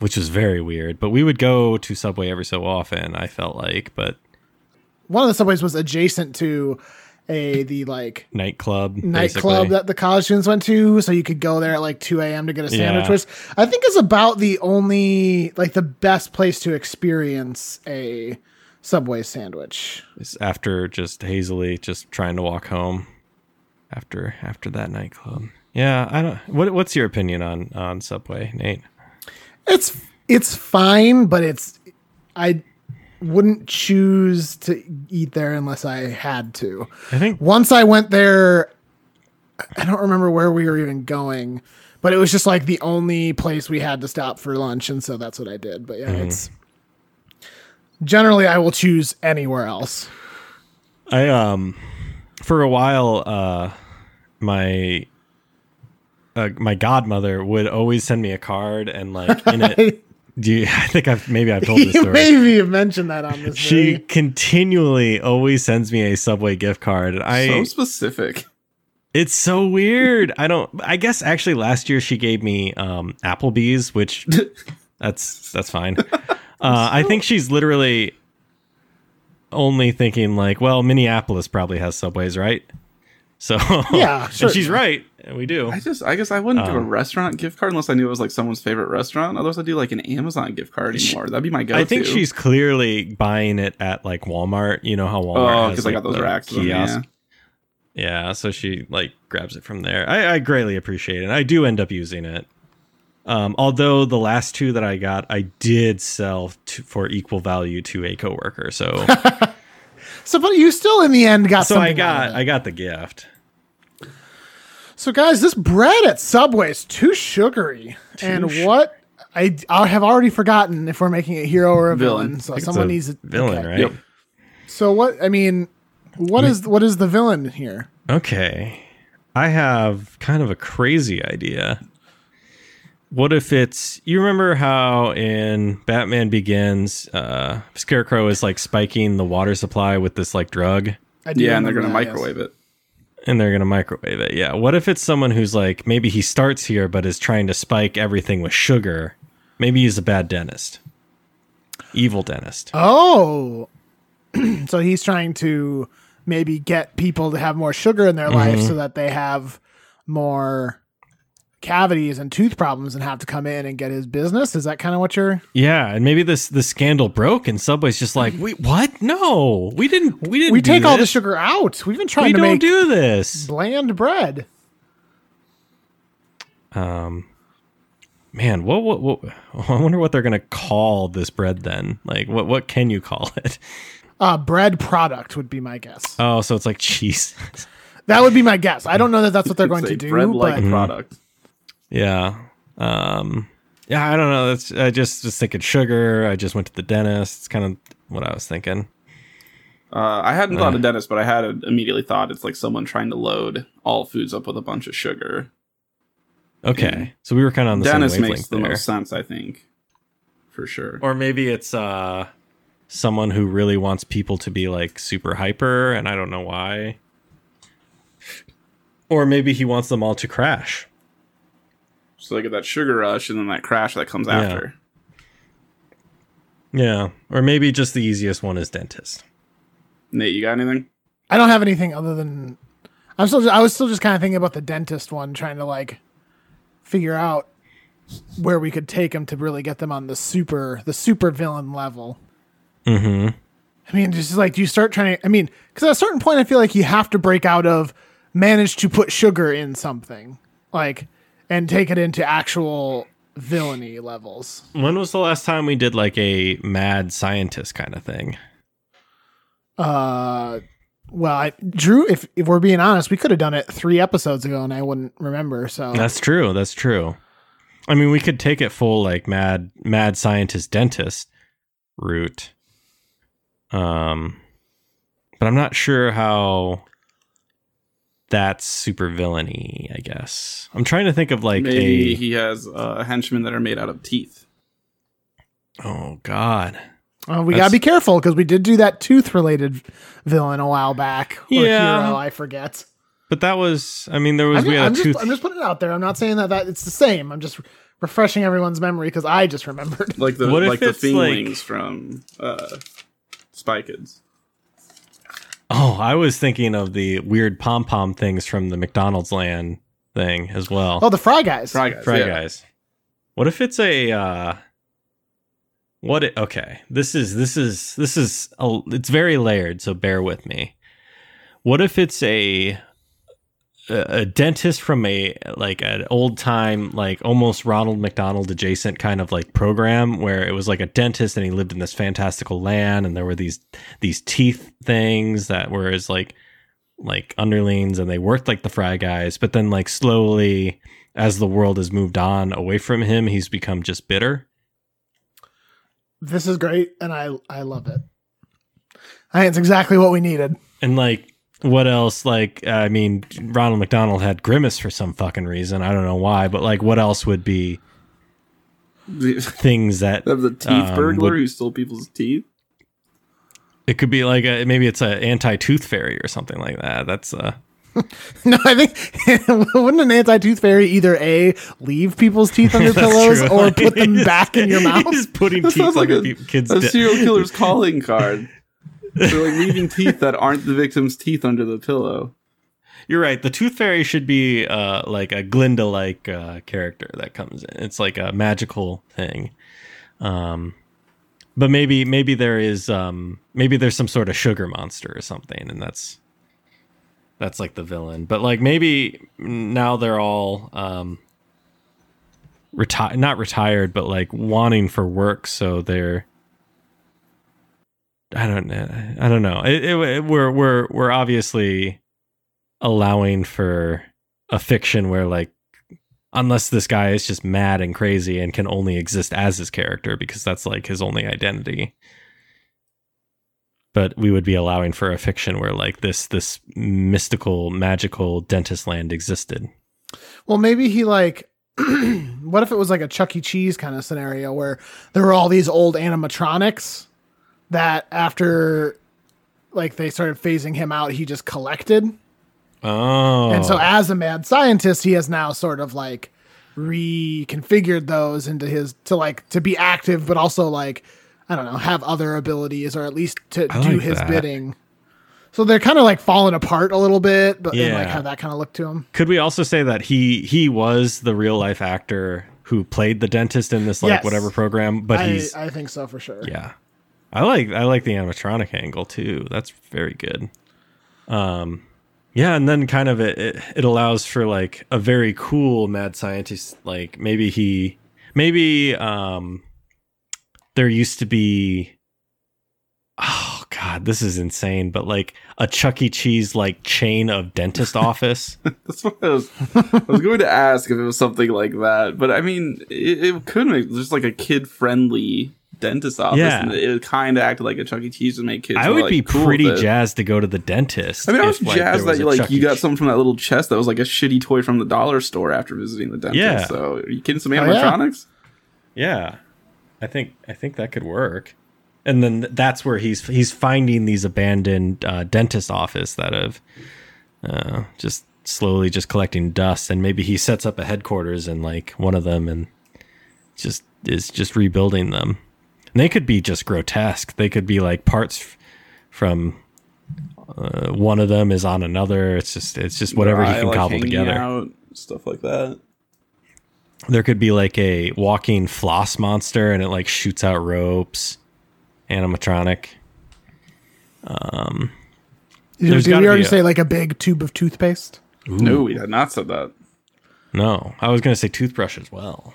[SPEAKER 2] which was very weird but we would go to subway every so often i felt like but
[SPEAKER 3] One of the subways was adjacent to a the like
[SPEAKER 2] nightclub
[SPEAKER 3] nightclub
[SPEAKER 2] basically.
[SPEAKER 3] that the college students went to, so you could go there at like 2 a.m. to get a sandwich.
[SPEAKER 2] Yeah.
[SPEAKER 3] Which I think is about the only like the best place to experience a subway sandwich.
[SPEAKER 2] It's after just hazily just trying to walk home after after that nightclub yeah i don't what, what's your opinion on on subway nate
[SPEAKER 3] It's it's fine, but it's I wouldn't choose to eat there unless I had to.
[SPEAKER 2] i think
[SPEAKER 3] Once I went there, I don't remember where we were even going, but it was just like the only place we had to stop for lunch, and so that's what I did. But yeah, it's
[SPEAKER 2] Mm-hmm.
[SPEAKER 3] generally I will choose anywhere else.
[SPEAKER 2] I um for a while uh my uh, my godmother would always send me a card and like in it do you, I think I've maybe I've told this
[SPEAKER 3] you
[SPEAKER 2] story.
[SPEAKER 3] maybe have mentioned that on this.
[SPEAKER 2] She
[SPEAKER 3] video.
[SPEAKER 2] continually always sends me a Subway gift card. and I
[SPEAKER 4] so specific.
[SPEAKER 2] it's so weird. I don't. I guess actually last year she gave me um, Applebee's, which that's that's fine. Uh, I think she's literally only thinking like, well, Minneapolis probably has subways, right? So
[SPEAKER 3] Yeah,
[SPEAKER 2] and
[SPEAKER 3] certainly.
[SPEAKER 2] she's right. and We do.
[SPEAKER 4] I just I guess I wouldn't do a
[SPEAKER 2] Um,
[SPEAKER 4] restaurant gift card unless I knew it was like someone's favorite restaurant. Otherwise, I'd do like an Amazon gift card
[SPEAKER 2] She-
[SPEAKER 4] anymore. That'd be my go-to.
[SPEAKER 2] I think she's clearly buying it at like Walmart. You know how Walmart
[SPEAKER 4] oh
[SPEAKER 2] has
[SPEAKER 4] because I
[SPEAKER 2] like
[SPEAKER 4] got those
[SPEAKER 2] the
[SPEAKER 4] racks. of them,
[SPEAKER 2] kiosk.
[SPEAKER 4] yeah.
[SPEAKER 2] Yeah, so she like grabs it from there. I, I greatly appreciate it. I do end up using it. Um, although the last two that I got, I did sell to, for equal value to a coworker. So,
[SPEAKER 3] so, but you still in the end got.
[SPEAKER 2] so I
[SPEAKER 3] something out
[SPEAKER 2] got
[SPEAKER 3] of it.
[SPEAKER 2] I got the gift.
[SPEAKER 3] So guys, this bread at Subway is too sugary. and
[SPEAKER 2] sug-
[SPEAKER 3] what I, I have already forgotten if we're making a hero or a villain.
[SPEAKER 4] Villain.
[SPEAKER 3] So
[SPEAKER 2] I think it's
[SPEAKER 3] someone
[SPEAKER 2] a
[SPEAKER 3] needs a
[SPEAKER 2] villain,
[SPEAKER 3] okay.
[SPEAKER 2] right?
[SPEAKER 4] Yep.
[SPEAKER 3] So what I mean, what is what is the villain here?
[SPEAKER 2] Okay, I have kind of a crazy idea. What if it's you remember how in Batman Begins, uh, Scarecrow is like spiking the water supply with this like drug?
[SPEAKER 3] I do
[SPEAKER 4] Yeah, and they're gonna
[SPEAKER 3] remember that, yes.
[SPEAKER 4] microwave it.
[SPEAKER 2] and they're gonna microwave it. Yeah. What if it's someone who's like maybe he starts here but is trying to spike everything with sugar? Maybe he's a bad dentist, evil dentist.
[SPEAKER 3] Oh, so he's trying to maybe get people to have more sugar in their
[SPEAKER 2] Mm-hmm.
[SPEAKER 3] life so that they have more cavities and tooth problems and have to come in and get his business. Is that kind of what you're?
[SPEAKER 2] Yeah, and maybe this this scandal broke and Subway's just like, wait, what? No, we didn't. We didn't.
[SPEAKER 3] We
[SPEAKER 2] do
[SPEAKER 3] take all the
[SPEAKER 2] this.
[SPEAKER 3] sugar out. We've been trying
[SPEAKER 2] We
[SPEAKER 3] to
[SPEAKER 2] don't
[SPEAKER 3] make
[SPEAKER 2] do this.
[SPEAKER 3] bland bread.
[SPEAKER 2] Um, man, what, what? What? I wonder what they're gonna call this bread then. Like, what? What can you call it?
[SPEAKER 3] Uh, bread product would be my guess.
[SPEAKER 2] Oh, so it's like cheese.
[SPEAKER 3] That would be my guess. I don't know that that's what they're
[SPEAKER 4] It's
[SPEAKER 3] going to
[SPEAKER 4] a
[SPEAKER 3] do,
[SPEAKER 4] bread-like
[SPEAKER 2] Mm-hmm.
[SPEAKER 3] but
[SPEAKER 4] product.
[SPEAKER 2] Yeah. Um yeah, I don't know. That's I just was thinking sugar. I just went to the dentist. It's kind of what I was thinking.
[SPEAKER 4] Uh, I hadn't thought
[SPEAKER 2] Uh.
[SPEAKER 4] of Dennis, but I had immediately thought it's like someone trying to load all foods up with a bunch of sugar.
[SPEAKER 2] Okay.
[SPEAKER 4] Yeah.
[SPEAKER 2] So we were kind of on the
[SPEAKER 4] Dennis
[SPEAKER 2] same
[SPEAKER 4] Mm-hmm.
[SPEAKER 2] wavelength
[SPEAKER 4] makes the
[SPEAKER 2] there.
[SPEAKER 4] most sense, I think, for sure.
[SPEAKER 2] Or maybe it's uh someone who really wants people to be like super hyper and I don't know why. Or maybe he wants them all to crash.
[SPEAKER 4] so they get that sugar rush and then that crash that comes
[SPEAKER 2] Yeah.
[SPEAKER 4] after.
[SPEAKER 2] Yeah. Or maybe just the easiest one is dentist.
[SPEAKER 4] Nate, you got anything?
[SPEAKER 3] I don't have anything other than I'm still. I was still just kind of thinking about the dentist one, trying to like figure out where we could take them to really get them on the super the super villain level.
[SPEAKER 2] hmm
[SPEAKER 3] I mean, just like do you start trying to? I mean, because at a certain point, I feel like you have to break out of manage to put sugar in something like and take it into actual villainy levels.
[SPEAKER 2] When was the last time we did like a mad scientist kind of thing?
[SPEAKER 3] Uh, well, I, Drew, if if we're being honest, we could have done it three episodes ago, and I wouldn't remember. So
[SPEAKER 2] That's true. That's true. I mean, we could take it full like mad mad scientist dentist route. Um but I'm not sure how that's super villainy, I guess. I'm trying to think of like
[SPEAKER 4] Maybe
[SPEAKER 2] a
[SPEAKER 4] he has uh, henchmen that are made out of teeth.
[SPEAKER 2] Oh god.
[SPEAKER 3] uh, we gotta
[SPEAKER 2] that's-
[SPEAKER 3] be careful because we did do that tooth related villain a while back. Or
[SPEAKER 2] Yeah.
[SPEAKER 3] hero, I forget.
[SPEAKER 2] But that was I mean there was
[SPEAKER 3] I'm,
[SPEAKER 2] we
[SPEAKER 3] just,
[SPEAKER 2] had
[SPEAKER 3] I'm,
[SPEAKER 2] a
[SPEAKER 3] just,
[SPEAKER 2] tooth
[SPEAKER 3] I'm just putting it out there. I'm not saying that, that it's the same. I'm just refreshing everyone's memory because I just remembered.
[SPEAKER 4] Like the
[SPEAKER 2] What if
[SPEAKER 4] like the
[SPEAKER 2] it's like-
[SPEAKER 4] thinglings from uh, Spy Kids.
[SPEAKER 2] Oh, I was thinking of the weird pom pom things from the McDonald's land thing as well.
[SPEAKER 3] Oh, the Fry Guys.
[SPEAKER 4] Fry Guys.
[SPEAKER 2] Fry
[SPEAKER 4] yeah.
[SPEAKER 2] guys. What if it's a uh what it, okay. This is this is this is a, it's very layered, so bear with me. What if it's a a a dentist from a like an old time like almost Ronald McDonald adjacent kind of like program where it was like a dentist and he lived in this fantastical land and there were these these teeth things that were his like like underlings and they worked like the fry guys but then like slowly as the world has moved on away from him, he's become just bitter.
[SPEAKER 3] This is great, and I I love it. I think it's exactly what we needed.
[SPEAKER 2] And like, what else? Like, I mean, Ronald McDonald had grimace for some fucking reason. I don't know why, but like, what else would be
[SPEAKER 4] The,
[SPEAKER 2] things that
[SPEAKER 4] the teeth
[SPEAKER 2] Um,
[SPEAKER 4] burglar
[SPEAKER 2] would-
[SPEAKER 4] who stole people's teeth.
[SPEAKER 2] it could be like? A, maybe it's an anti-tooth fairy or something like that. That's uh,
[SPEAKER 3] No, I think wouldn't an anti-tooth fairy either a leave people's teeth under
[SPEAKER 2] that's
[SPEAKER 3] pillows
[SPEAKER 2] true.
[SPEAKER 3] or put them back in your mouth?
[SPEAKER 2] He's putting
[SPEAKER 4] That
[SPEAKER 2] teeth
[SPEAKER 4] sounds
[SPEAKER 2] like
[SPEAKER 4] like
[SPEAKER 2] a,
[SPEAKER 4] a-
[SPEAKER 2] peop- kid's.
[SPEAKER 4] A
[SPEAKER 2] di-
[SPEAKER 4] serial killer's calling card. They're like leaving teeth that aren't the victim's teeth under the pillow.
[SPEAKER 2] You're right. The tooth fairy should be uh, like a Glinda-like uh, character that comes in. It's like a magical thing. Um, but maybe maybe there is um, maybe there's some sort of sugar monster or something, and that's that's like the villain. But like maybe now they're all um, retired, not retired, but like wanting for work, so they're. I don't know. I don't know. It, it, it- we're we're we're obviously allowing for a fiction where like unless this guy is just mad and crazy and can only exist as his character because that's like his only identity but we would be allowing for a fiction where like this this mystical magical dentist land existed
[SPEAKER 3] Well, maybe he like. what if it was like a Chuck E. Cheese kind of scenario where there were all these old animatronics that after like they started phasing him out, he just collected.
[SPEAKER 2] oh
[SPEAKER 3] And so, as a mad scientist, he has now sort of like reconfigured those into his to like to be active, but also like I don't know, have other abilities or at least to
[SPEAKER 2] I
[SPEAKER 3] do
[SPEAKER 2] like
[SPEAKER 3] his
[SPEAKER 2] that.
[SPEAKER 3] bidding. So they're kind of like falling apart a little bit, but and like
[SPEAKER 2] Yeah.
[SPEAKER 3] have that kind of look to him.
[SPEAKER 2] could we also say that he he was the real life actor who played the dentist in this like
[SPEAKER 3] Yes.
[SPEAKER 2] whatever program but
[SPEAKER 3] I,
[SPEAKER 2] he's
[SPEAKER 3] I think so for sure.
[SPEAKER 2] Yeah. I like I like the animatronic angle too. That's very good. Um yeah, and then kind of it, it it allows for like a very cool mad scientist like maybe he maybe um there used to be Oh god, this is insane, but like a Chuck E. Cheese like chain of dentist office.
[SPEAKER 4] That's what I was. I was going to ask if it was something like that, but I mean, it, it could make just like a kid-friendly dentist office.
[SPEAKER 2] Yeah.
[SPEAKER 4] and it would kind of act like a Chuck E. Cheese to make kids.
[SPEAKER 2] I
[SPEAKER 4] were,
[SPEAKER 2] would
[SPEAKER 4] like,
[SPEAKER 2] be
[SPEAKER 4] cool
[SPEAKER 2] pretty
[SPEAKER 4] with it.
[SPEAKER 2] jazzed to go to the dentist.
[SPEAKER 4] I mean, I was
[SPEAKER 2] if, like, there
[SPEAKER 4] jazzed that
[SPEAKER 2] a
[SPEAKER 4] you like
[SPEAKER 2] Chuck
[SPEAKER 4] you
[SPEAKER 2] E.
[SPEAKER 4] got
[SPEAKER 2] Cheese.
[SPEAKER 4] something from that little chest that was like a shitty toy from the dollar store after visiting the dentist.
[SPEAKER 2] Yeah.
[SPEAKER 4] So are you kidding some
[SPEAKER 3] Oh, yeah.
[SPEAKER 4] animatronics?
[SPEAKER 2] Yeah, I think I think that could work. And then th- that's where he's he's finding these abandoned uh, dentist office that have uh, just slowly just collecting dust, and maybe he sets up a headquarters in like one of them, and just is just rebuilding them. And they could be just grotesque. They could be like parts f- from uh, one of them is on another. It's just it's just whatever he
[SPEAKER 4] Eye,
[SPEAKER 2] can
[SPEAKER 4] like,
[SPEAKER 2] cobble
[SPEAKER 4] hanging
[SPEAKER 2] together.
[SPEAKER 4] out, stuff like that.
[SPEAKER 2] there could be like a walking floss monster and it like shoots out ropes, animatronic. Um,
[SPEAKER 3] Did,
[SPEAKER 2] There's
[SPEAKER 3] did
[SPEAKER 2] gotta
[SPEAKER 3] we
[SPEAKER 2] be
[SPEAKER 3] already
[SPEAKER 2] a-
[SPEAKER 3] say like a big tube of toothpaste?
[SPEAKER 2] ooh,
[SPEAKER 4] No, we had not said that.
[SPEAKER 2] no, I was gonna say toothbrush as well.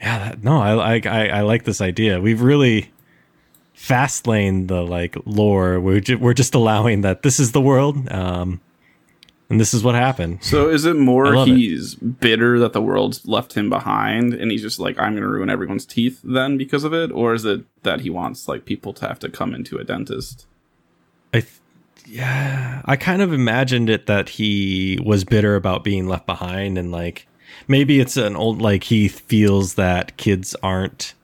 [SPEAKER 2] Yeah, that, no, I, I I I like this idea. We've really fast lane the like lore. We're ju- we're just allowing that this is the world, um, and this is what happened.
[SPEAKER 4] So is it
[SPEAKER 2] I
[SPEAKER 4] more
[SPEAKER 2] love it.
[SPEAKER 4] he's bitter that the world's left him behind and he's just like I'm going to ruin everyone's teeth then because of it or is it that he wants like people to have to come into a dentist?
[SPEAKER 2] I th- yeah, I kind of imagined it that he was bitter about being left behind and like maybe it's an old like he feels that kids aren't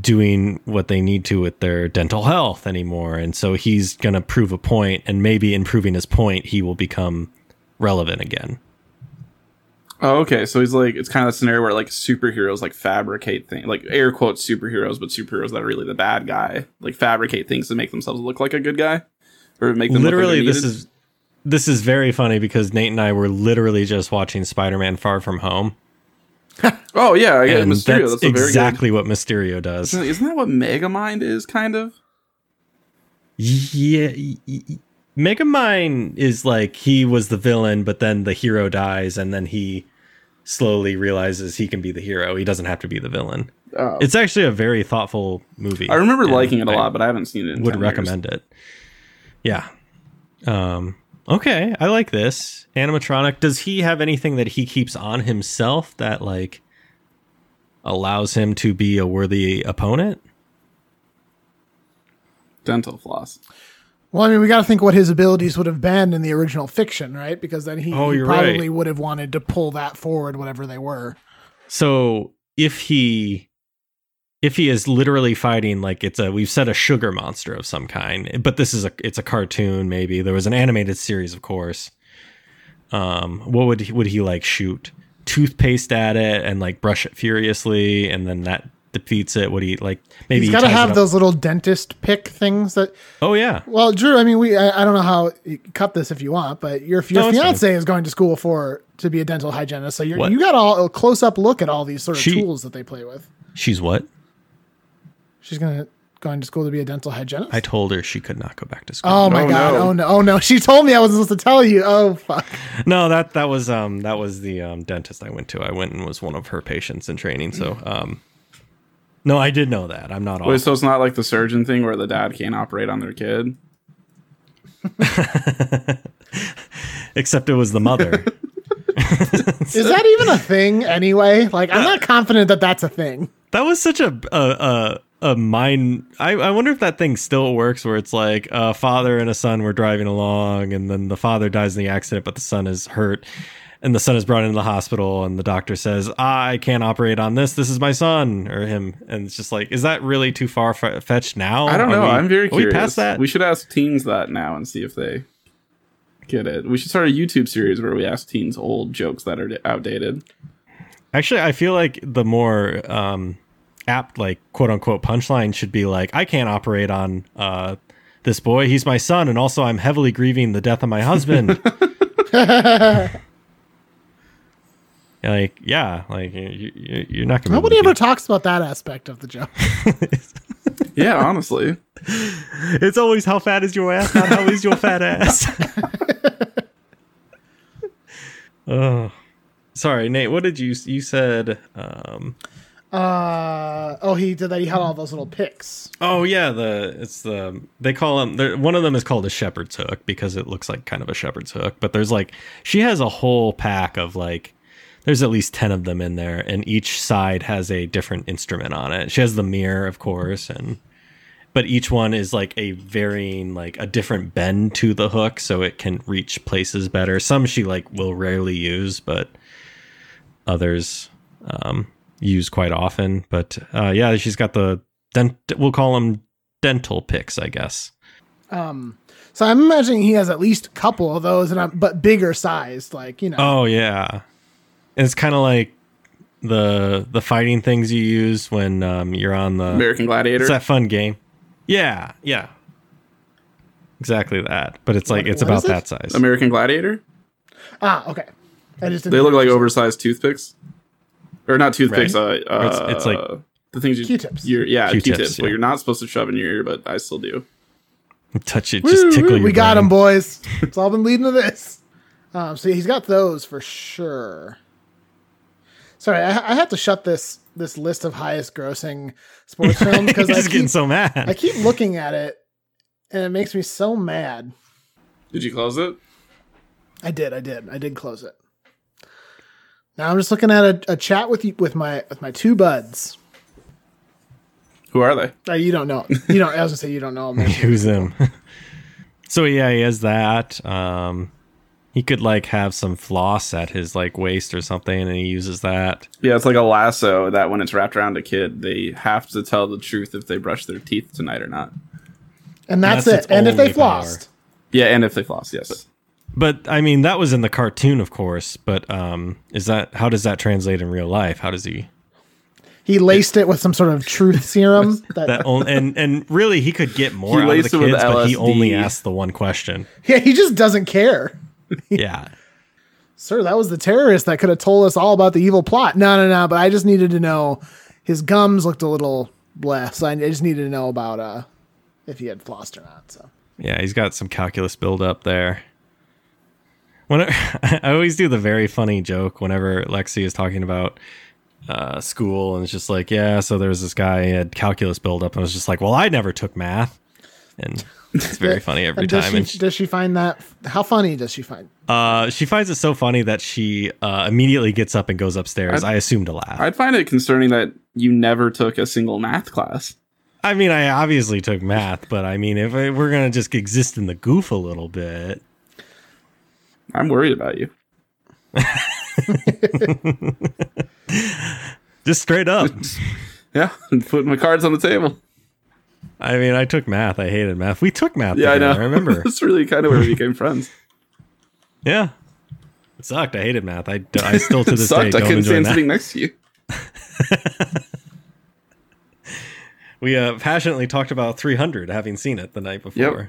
[SPEAKER 2] doing what they need to with their dental health anymore and so he's going to prove a point and maybe in proving his point he will become relevant again.
[SPEAKER 4] Oh, okay. So he's like, it's kind of a scenario where like superheroes like fabricate things, like air quotes superheroes, but superheroes that are really the bad guy, like fabricate things to make themselves look like a good guy, or make them
[SPEAKER 2] literally
[SPEAKER 4] Look like
[SPEAKER 2] this is this is very funny because Nate and I were literally just watching Spider-Man Far From Home
[SPEAKER 4] Oh yeah, I get
[SPEAKER 2] and
[SPEAKER 4] Mysterio.
[SPEAKER 2] that's
[SPEAKER 4] That's, a very exactly.
[SPEAKER 2] exactly what Mysterio does.
[SPEAKER 4] Good, isn't that what Megamind is kind of?
[SPEAKER 2] Yeah, y- y- y- Megamind is like he was the villain, but then the hero dies, and then he slowly realizes he can be the hero. He doesn't have to be the villain.
[SPEAKER 4] Oh.
[SPEAKER 2] It's actually a very thoughtful movie.
[SPEAKER 4] I remember
[SPEAKER 2] and
[SPEAKER 4] liking it a
[SPEAKER 2] I
[SPEAKER 4] lot, but I haven't seen it. In
[SPEAKER 2] Would
[SPEAKER 4] 10 years.
[SPEAKER 2] recommend it. Yeah. Um. Okay, I like this animatronic. Does he have anything that he keeps on himself that like allows him to be a worthy opponent?
[SPEAKER 4] dental floss.
[SPEAKER 3] Well, I mean, we got to think what his abilities would have been in the original fiction, right? Because then he,
[SPEAKER 2] Oh,
[SPEAKER 3] he
[SPEAKER 2] you're
[SPEAKER 3] probably
[SPEAKER 2] right.
[SPEAKER 3] would have wanted to pull that forward, whatever they were.
[SPEAKER 2] So if he if he is literally fighting like it's a we've said a sugar monster of some kind, but this is a it's a cartoon maybe. There was an animated series, of course. Um, what would he, would he like shoot toothpaste at it and like brush it furiously, and then that defeats it? Would he like maybe
[SPEAKER 3] He's
[SPEAKER 2] he
[SPEAKER 3] got to
[SPEAKER 2] ties it
[SPEAKER 3] have
[SPEAKER 2] up-
[SPEAKER 3] those little dentist pick things that.
[SPEAKER 2] Oh yeah,
[SPEAKER 3] Well, Drew, I mean, we I, I don't know how you cut this if you want, but your your
[SPEAKER 2] No, it's
[SPEAKER 3] fiance is going to school for to be a dental hygienist, so you're,
[SPEAKER 2] What?
[SPEAKER 3] you got all a close up look at all these sort of
[SPEAKER 2] She-
[SPEAKER 3] tools that they play with.
[SPEAKER 2] she's what
[SPEAKER 3] She's gonna going to school to be a dental hygienist.
[SPEAKER 2] I told her. She could not go back to school.
[SPEAKER 3] oh my
[SPEAKER 4] Oh,
[SPEAKER 3] god!
[SPEAKER 4] no.
[SPEAKER 3] Oh no! Oh no! She told me I wasn't supposed to tell you. Oh fuck!
[SPEAKER 2] No, that that was um that was the um dentist I went to. I went and was one of her patients in training. So
[SPEAKER 4] Mm.
[SPEAKER 2] um, no, I did know that. I'm not
[SPEAKER 4] Wait,
[SPEAKER 2] off.
[SPEAKER 4] so it's not like the surgeon thing where the dad can't operate on their kid.
[SPEAKER 2] Except it was the mother.
[SPEAKER 3] Is that even a thing anyway? Like, I'm not confident that that's a thing.
[SPEAKER 2] that was such a a a, a mind. I I wonder if that thing still works, where it's like a father and a son were driving along, and then the father dies in the accident, but the son is hurt. And the son is brought into the hospital, and the doctor says, "I can't operate on this. This is my son or him." And it's just like, is that really too far fe- fetched now?
[SPEAKER 4] I don't
[SPEAKER 2] Are
[SPEAKER 4] know.
[SPEAKER 2] we-
[SPEAKER 4] I'm very
[SPEAKER 2] Oh, are we
[SPEAKER 4] curious.
[SPEAKER 2] past that.
[SPEAKER 4] We should ask teens that now and see if they get it. We should start a YouTube series where we ask teens old jokes that are outdated.
[SPEAKER 2] Actually, I feel like the more um, apt, like quote unquote, punchline should be like, "I can't operate on uh, this boy. He's my son, and also I'm heavily grieving the death of my husband." like, yeah, like you, you, you're not gonna. be able
[SPEAKER 3] Nobody
[SPEAKER 2] to
[SPEAKER 3] ever talks about that aspect of the joke.
[SPEAKER 4] Yeah, honestly.
[SPEAKER 2] do- It's always how fat is your ass, not how is your fat ass. oh, sorry, Nate. What did you you said? Um,
[SPEAKER 3] Uh, oh, he did that. He had all those little picks.
[SPEAKER 2] Oh yeah, the it's the they call them. they're- One of them is called a shepherd's hook because it looks like kind of a shepherd's hook. But there's like she has a whole pack of like there's at least ten of them in there, and each side has a different instrument on it. She has the mirror, of course, and but each one is like a varying like a different bend to the hook, so it can reach places better. Some she like will rarely use, but others um, use quite often. But uh, yeah, she's got the dent. We'll call them dental picks, I guess.
[SPEAKER 3] Um, so I'm imagining he has at least a couple of those, and i but bigger sized, like you know.
[SPEAKER 2] Oh yeah, And it's kind of like the the fighting things you use when um, you're on the.
[SPEAKER 4] American Gladiator.
[SPEAKER 2] It's that fun game. Yeah, yeah. Exactly that, but it's like
[SPEAKER 3] What-
[SPEAKER 2] it's
[SPEAKER 3] what
[SPEAKER 2] about
[SPEAKER 3] is it?
[SPEAKER 2] that size.
[SPEAKER 4] American Gladiator?
[SPEAKER 3] Ah, okay. I just didn't
[SPEAKER 4] They look like oversized toothpicks. or not toothpicks. Uh,
[SPEAKER 2] Or
[SPEAKER 4] uh,
[SPEAKER 2] it's- it's like-
[SPEAKER 4] the things you
[SPEAKER 3] Q-tips.
[SPEAKER 4] Your, yeah,
[SPEAKER 2] Q-tips,
[SPEAKER 4] Q-tips.
[SPEAKER 2] yeah.
[SPEAKER 4] Well, you're not supposed to shove in your ear, but I still do.
[SPEAKER 2] Touch it, just
[SPEAKER 3] Woo,
[SPEAKER 2] tickle
[SPEAKER 3] woo,
[SPEAKER 2] your
[SPEAKER 3] we got
[SPEAKER 2] brain.
[SPEAKER 3] him, boys. It's all been leading to this. Um, so he's got those for sure. Sorry, I, I had to shut this this list of highest grossing sports films
[SPEAKER 2] He's
[SPEAKER 3] because I,
[SPEAKER 2] just getting
[SPEAKER 3] keep
[SPEAKER 2] so mad.
[SPEAKER 3] I keep looking at it and it makes me so mad.
[SPEAKER 4] Did you close it?
[SPEAKER 3] I did, I did, I did close it. Now I'm just looking at a, a chat with you, with my with my two buds.
[SPEAKER 4] Who are they?
[SPEAKER 3] Uh, you don't know. You don't. I was gonna say you don't know. Him.
[SPEAKER 2] Who's him? so yeah, he has that. Um, he could like have some floss at his like waist or something, and he uses that.
[SPEAKER 4] Yeah, it's like a lasso that when it's wrapped around a kid, they have to tell the truth if they brush their teeth tonight or not.
[SPEAKER 3] And that's,
[SPEAKER 2] That's its
[SPEAKER 3] it. And if they
[SPEAKER 2] only power.
[SPEAKER 3] flossed,
[SPEAKER 4] Yeah, and if they floss, yes.
[SPEAKER 2] But I mean, that was in the cartoon, of course. But um, is that how does that translate in real life? How does he?
[SPEAKER 3] he laced it with some sort of truth serum
[SPEAKER 2] That only, and and really, he could get more
[SPEAKER 4] He
[SPEAKER 2] out of
[SPEAKER 4] laced
[SPEAKER 2] the
[SPEAKER 4] it with
[SPEAKER 2] kids, but he
[SPEAKER 4] LSD.
[SPEAKER 2] only asked the one question.
[SPEAKER 3] Yeah, he just doesn't care.
[SPEAKER 2] Yeah,
[SPEAKER 3] Sir, that was the terrorist that could have told us all about the evil plot. No, no, no, but I just needed to know his gums looked a little bleh, so I just needed to know about uh if he had flossed or not. So
[SPEAKER 2] yeah, he's got some calculus build up there. When I, I always do the very funny joke whenever Lexi is talking about uh, school, and it's just like, yeah, so there's this guy he had calculus build up, and I was just like, well, I never took math, and it's very funny every
[SPEAKER 3] And
[SPEAKER 2] time.
[SPEAKER 3] does
[SPEAKER 2] and
[SPEAKER 3] she, does she find that how funny does she find?
[SPEAKER 2] Uh, she finds it so funny that she uh, immediately gets up and goes upstairs. I,
[SPEAKER 4] I-
[SPEAKER 2] assume to laugh. I,
[SPEAKER 4] I'd find it concerning that you never took a single math class.
[SPEAKER 2] mean, I obviously took math, but I mean, if I, we're gonna just exist in the goof a little bit,
[SPEAKER 4] I'm worried about you.
[SPEAKER 2] just straight up.
[SPEAKER 4] Yeah, I'm putting my cards on the table.
[SPEAKER 2] I mean, I took math. I hated math. We took math.
[SPEAKER 4] Yeah, I know.
[SPEAKER 2] together, I remember.
[SPEAKER 4] That's really kind of where we became friends.
[SPEAKER 2] yeah, it sucked. I hated math. I, d- I still to
[SPEAKER 4] It
[SPEAKER 2] this day
[SPEAKER 4] sucked. I
[SPEAKER 2] don't
[SPEAKER 4] couldn't
[SPEAKER 2] enjoy
[SPEAKER 4] stand
[SPEAKER 2] math.
[SPEAKER 4] sitting next to you.
[SPEAKER 2] We uh, passionately talked about 300, having seen it the night before.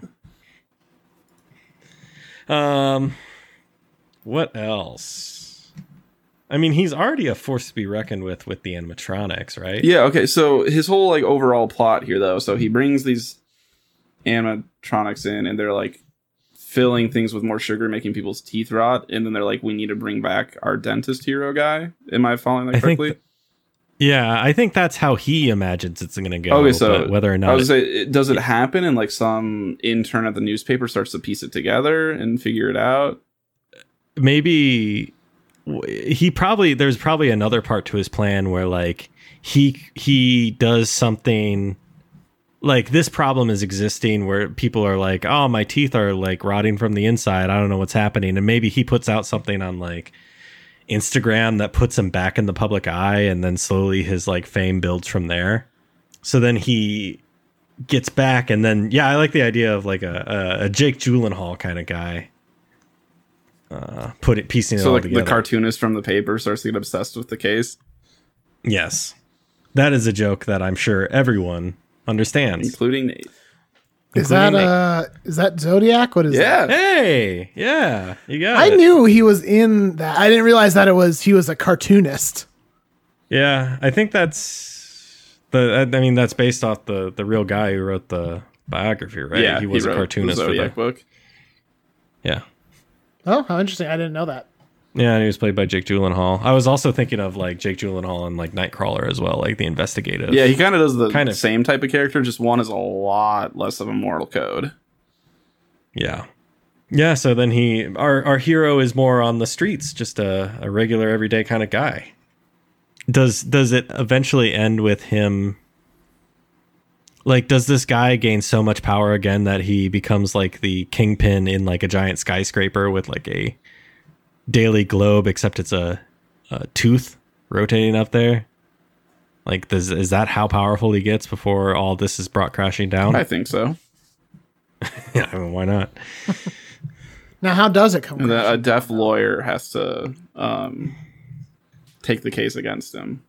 [SPEAKER 2] Um, what else? I mean, he's already a force to be reckoned with with the animatronics, right?
[SPEAKER 4] Yeah, okay. So his whole like overall plot here though, so he brings these animatronics in and they're like filling things with more sugar, making people's teeth rot, and then they're like, We need to bring back our dentist hero guy. Am I following that
[SPEAKER 2] I think
[SPEAKER 4] correctly?
[SPEAKER 2] Yeah, I think that's how he imagines it's going to go.
[SPEAKER 4] Okay, so
[SPEAKER 2] but whether or
[SPEAKER 4] I
[SPEAKER 2] not,
[SPEAKER 4] was
[SPEAKER 2] it-
[SPEAKER 4] gonna say, it- does it happen? And like some intern at the newspaper starts to piece it together and figure it out.
[SPEAKER 2] maybe w- he probably there's probably another part to his plan where like he he does something like this problem is existing where people are like, oh, my teeth are like rotting from the inside. I don't know what's happening, and maybe he puts out something on like Instagram that puts him back in the public eye, and then slowly his like fame builds from there. So then he gets back, and then yeah, I like the idea of like a a, a Jake Gyllenhaal kind of guy. Uh, put it piecing it
[SPEAKER 4] So
[SPEAKER 2] all
[SPEAKER 4] like
[SPEAKER 2] together.
[SPEAKER 4] the cartoonist from the paper starts to get obsessed with the case,
[SPEAKER 2] yes, that is a joke that I'm sure everyone understands.
[SPEAKER 4] including Nate.
[SPEAKER 3] Is that
[SPEAKER 2] Including Nate.
[SPEAKER 3] uh is that Zodiac? What is that?
[SPEAKER 4] Yeah.
[SPEAKER 2] Hey, yeah, you got
[SPEAKER 3] I
[SPEAKER 2] it.
[SPEAKER 3] knew he was in that. I didn't realize that it was he was a cartoonist.
[SPEAKER 2] Yeah, I think that's the. I I mean, that's based off the the real guy who wrote the biography, right?
[SPEAKER 4] Yeah,
[SPEAKER 2] he was a
[SPEAKER 4] wrote the
[SPEAKER 2] cartoonist for
[SPEAKER 4] Zodiac
[SPEAKER 2] the.
[SPEAKER 4] book.
[SPEAKER 2] Yeah,
[SPEAKER 3] Oh, how interesting. I didn't know that.
[SPEAKER 2] yeah, and he was played by Jake Gyllenhaal. I was also thinking of like Jake Gyllenhaal and like Nightcrawler as well, like the investigative.
[SPEAKER 4] Yeah, he kind of does the
[SPEAKER 2] Kind of.
[SPEAKER 4] same type of character. Just one is a lot less of a moral code.
[SPEAKER 2] yeah, yeah. So then he, our our hero, is more on the streets, just a, a regular everyday kind of guy. Does does it eventually end with him? Like, does this guy gain so much power again that he becomes like the kingpin in like a giant skyscraper with like a daily globe, except it's a, a tooth rotating up there? Like, does is that how powerful he gets before all this is brought crashing down?
[SPEAKER 4] I think so.
[SPEAKER 2] yeah, I mean, why not?
[SPEAKER 3] Now how does it come?
[SPEAKER 4] And
[SPEAKER 3] across?
[SPEAKER 4] the, a deaf lawyer has to um, take the case against him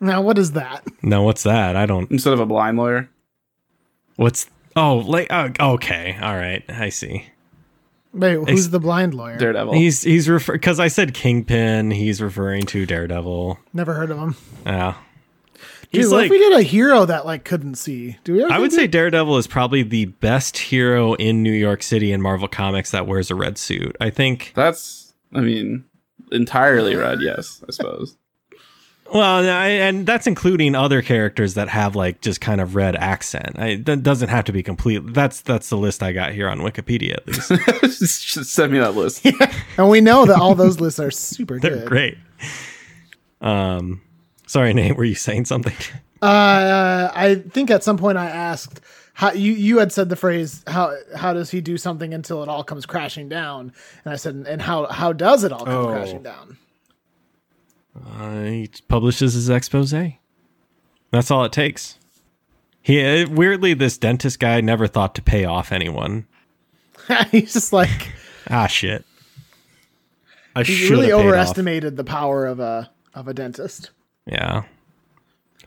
[SPEAKER 3] now what is that?
[SPEAKER 2] No, what's that? I don't.
[SPEAKER 4] instead of a blind lawyer.
[SPEAKER 2] oh, What's? Oh, like uh, okay, all right, I see.
[SPEAKER 3] Wait, who's
[SPEAKER 2] Ex-
[SPEAKER 3] the blind lawyer?
[SPEAKER 4] Daredevil.
[SPEAKER 2] He's he's refer because I said Kingpin. He's referring to Daredevil.
[SPEAKER 3] Never heard of him.
[SPEAKER 2] Yeah,
[SPEAKER 3] Dude,
[SPEAKER 2] he's
[SPEAKER 3] what
[SPEAKER 2] like
[SPEAKER 3] if we did a hero that like couldn't see? Do we? ever
[SPEAKER 2] I would
[SPEAKER 3] do-
[SPEAKER 2] say Daredevil is probably the best hero in New York City in Marvel Comics that wears a red suit. I think.
[SPEAKER 4] That's, I mean, entirely red. Yes, I suppose.
[SPEAKER 2] Well, I, and that's including other characters that have like just kind of red accent. I, that doesn't have to be complete. That's that's the list I got here on Wikipedia. At least
[SPEAKER 4] just, just send me that list.
[SPEAKER 3] and we know that all those lists are super
[SPEAKER 2] they're
[SPEAKER 3] good.
[SPEAKER 2] great. Um, sorry, Nate. Were you saying something?
[SPEAKER 3] Uh, I think at some point I asked how you you had said the phrase how how does he do something until it all comes crashing down? And I said and how how does it all come
[SPEAKER 2] Oh.
[SPEAKER 3] crashing down?
[SPEAKER 2] Uh, he publishes his expose. That's all it takes. He uh, weirdly, this dentist guy never thought to pay off anyone.
[SPEAKER 3] He's just like
[SPEAKER 2] Ah, shit. I
[SPEAKER 3] he
[SPEAKER 2] should
[SPEAKER 3] really
[SPEAKER 2] have paid off.
[SPEAKER 3] overestimated the power of a of a dentist.
[SPEAKER 2] Yeah,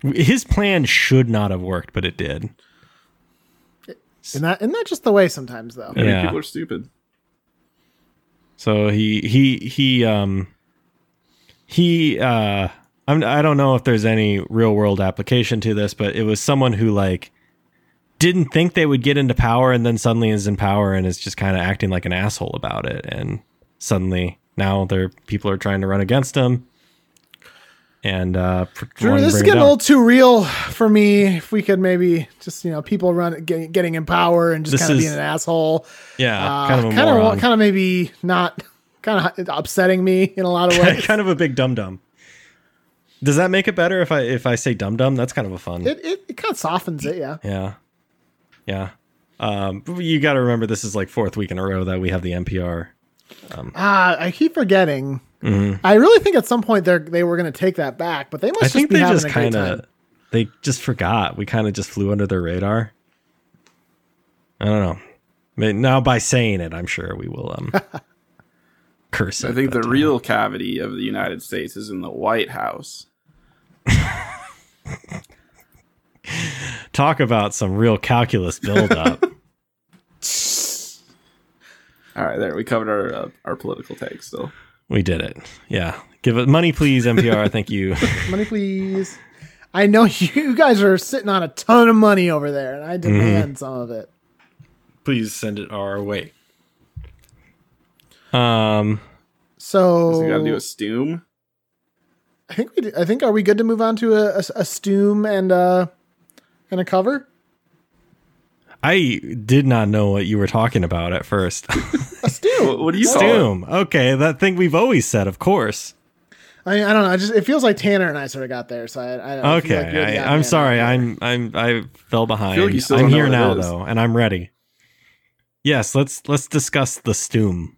[SPEAKER 2] his plan should not have worked, but it did.
[SPEAKER 3] Isn't that isn't that just the way sometimes though?
[SPEAKER 4] I mean,
[SPEAKER 2] Yeah.
[SPEAKER 4] people are stupid.
[SPEAKER 2] So he he he um he uh I'm I don't know if there's any real world application to this, but it was someone who like didn't think they would get into power and then suddenly is in power and is just kind of acting like an asshole about it and suddenly now they're people are trying to run against him. And uh pr-
[SPEAKER 3] Drew,
[SPEAKER 2] wanna
[SPEAKER 3] this is
[SPEAKER 2] bring it
[SPEAKER 3] getting a
[SPEAKER 2] down.
[SPEAKER 3] little too real for me. If we could maybe just you know people run get, getting in power and just
[SPEAKER 2] This
[SPEAKER 3] kind of
[SPEAKER 2] is-
[SPEAKER 3] being an asshole,
[SPEAKER 2] yeah,
[SPEAKER 3] Uh,
[SPEAKER 2] kind of a
[SPEAKER 3] kind
[SPEAKER 2] moron.
[SPEAKER 3] of kind of maybe not kind of upsetting me in a lot of ways.
[SPEAKER 2] kind of a big dum dum. Does that make it better if I if I say dum dum? That's kind of a fun.
[SPEAKER 3] it, it, it kind of softens it, yeah.
[SPEAKER 2] Yeah. Yeah. Um, but you got to remember this is like fourth week in a row that we have the NPR.
[SPEAKER 3] Ah, I keep forgetting. I really think at some point they they were going to take that back, but they must
[SPEAKER 2] Mm-hmm. I
[SPEAKER 3] just
[SPEAKER 2] think
[SPEAKER 3] be
[SPEAKER 2] they
[SPEAKER 3] having
[SPEAKER 2] just
[SPEAKER 3] a great
[SPEAKER 2] kind
[SPEAKER 3] time.
[SPEAKER 2] of they just forgot. We kind of just flew under their radar. I don't know. I mean, now by saying it, I'm sure we will um curse.
[SPEAKER 4] I
[SPEAKER 2] it,
[SPEAKER 4] think
[SPEAKER 2] but,
[SPEAKER 4] the real cavity of the United States is in the White House.
[SPEAKER 2] uh, talk about some real calculus buildup.
[SPEAKER 4] All right, there we covered our uh, our political takes. Still,
[SPEAKER 2] we did it. Yeah. Give it money, please, NPR. Thank you.
[SPEAKER 3] Money, please. I know you guys are sitting on a ton of money over there, and I
[SPEAKER 2] Mm-hmm.
[SPEAKER 3] demand some of it.
[SPEAKER 2] please send it our way. Um.
[SPEAKER 3] So
[SPEAKER 4] so we got
[SPEAKER 2] Oh.
[SPEAKER 4] to do a stoom.
[SPEAKER 3] I think we. Did, I think are we good to move on to a, a, a stoom and uh and a cover?
[SPEAKER 2] I did not know what you were talking about at first.
[SPEAKER 3] A stoom.
[SPEAKER 4] What, what do you call it?
[SPEAKER 2] Doom. Okay, that thing we've always said, of course.
[SPEAKER 3] I mean, I don't know. I just it feels like Tanner and I sort of got there. So I. I don't I feel like you're the
[SPEAKER 2] Okay,
[SPEAKER 3] odd
[SPEAKER 2] I, I'm
[SPEAKER 3] man
[SPEAKER 2] sorry.
[SPEAKER 3] out.
[SPEAKER 2] I'm I'm I fell behind.
[SPEAKER 4] you still
[SPEAKER 2] I'm
[SPEAKER 4] don't know
[SPEAKER 2] here
[SPEAKER 4] what it
[SPEAKER 2] now
[SPEAKER 4] is.
[SPEAKER 2] though, and I'm ready. Yes, let's let's discuss the stoom.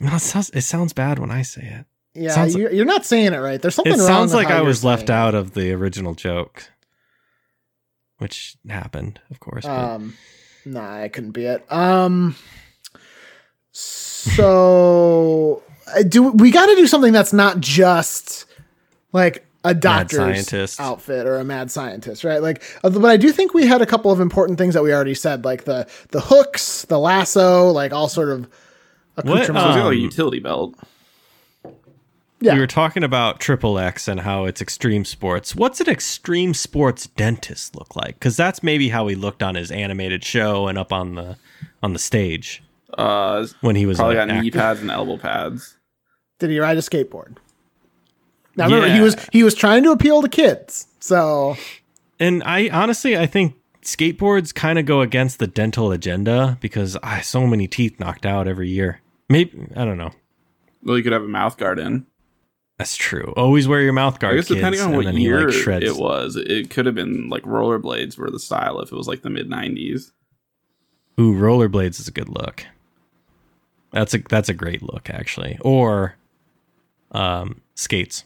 [SPEAKER 2] No, it sounds it sounds bad when I say it.
[SPEAKER 3] Yeah,
[SPEAKER 2] sounds-
[SPEAKER 3] you're, you're not saying it right. There's something.
[SPEAKER 2] It
[SPEAKER 3] wrong
[SPEAKER 2] sounds
[SPEAKER 3] with
[SPEAKER 2] like
[SPEAKER 3] how
[SPEAKER 2] I
[SPEAKER 3] you're
[SPEAKER 2] was left
[SPEAKER 3] saying it.
[SPEAKER 2] out of the original joke, which happened, of course. but-
[SPEAKER 3] Um, nah, I couldn't be it. Um, so I do we got to do something that's not just like a doctor's
[SPEAKER 2] scientist.
[SPEAKER 3] outfit or a mad scientist, right? Like, uh, but I do think we had a couple of important things that we already said, like the the hooks, the lasso, like all sort of accoutrements.
[SPEAKER 4] So we got like
[SPEAKER 2] Um,
[SPEAKER 4] a utility belt.
[SPEAKER 3] yeah,
[SPEAKER 2] We were talking about Triple X and how it's extreme sports. What's an extreme sports dentist look like? Because that's maybe how he looked on his animated show and up on the on the stage
[SPEAKER 4] Uh,
[SPEAKER 2] when he was
[SPEAKER 4] probably
[SPEAKER 2] an
[SPEAKER 4] got knee
[SPEAKER 2] actor.
[SPEAKER 4] pads and elbow pads.
[SPEAKER 3] did he ride a skateboard? Now remember, he
[SPEAKER 4] Yeah.
[SPEAKER 3] was he was trying to appeal to kids, so
[SPEAKER 2] And I honestly, I think skateboards kind of go against the dental agenda because I so many teeth knocked out every year. Maybe I don't know.
[SPEAKER 4] Well, you could have a mouth guard in.
[SPEAKER 2] That's true. Always wear your mouth guard.
[SPEAKER 4] I guess
[SPEAKER 2] kids.
[SPEAKER 4] depending on
[SPEAKER 2] And
[SPEAKER 4] what
[SPEAKER 2] then he, like,
[SPEAKER 4] year
[SPEAKER 2] shreds-
[SPEAKER 4] it was, it could have been like rollerblades were the style if it was like the mid '90s.
[SPEAKER 2] Ooh, rollerblades is a good look. That's a that's a great look actually. Or um skates.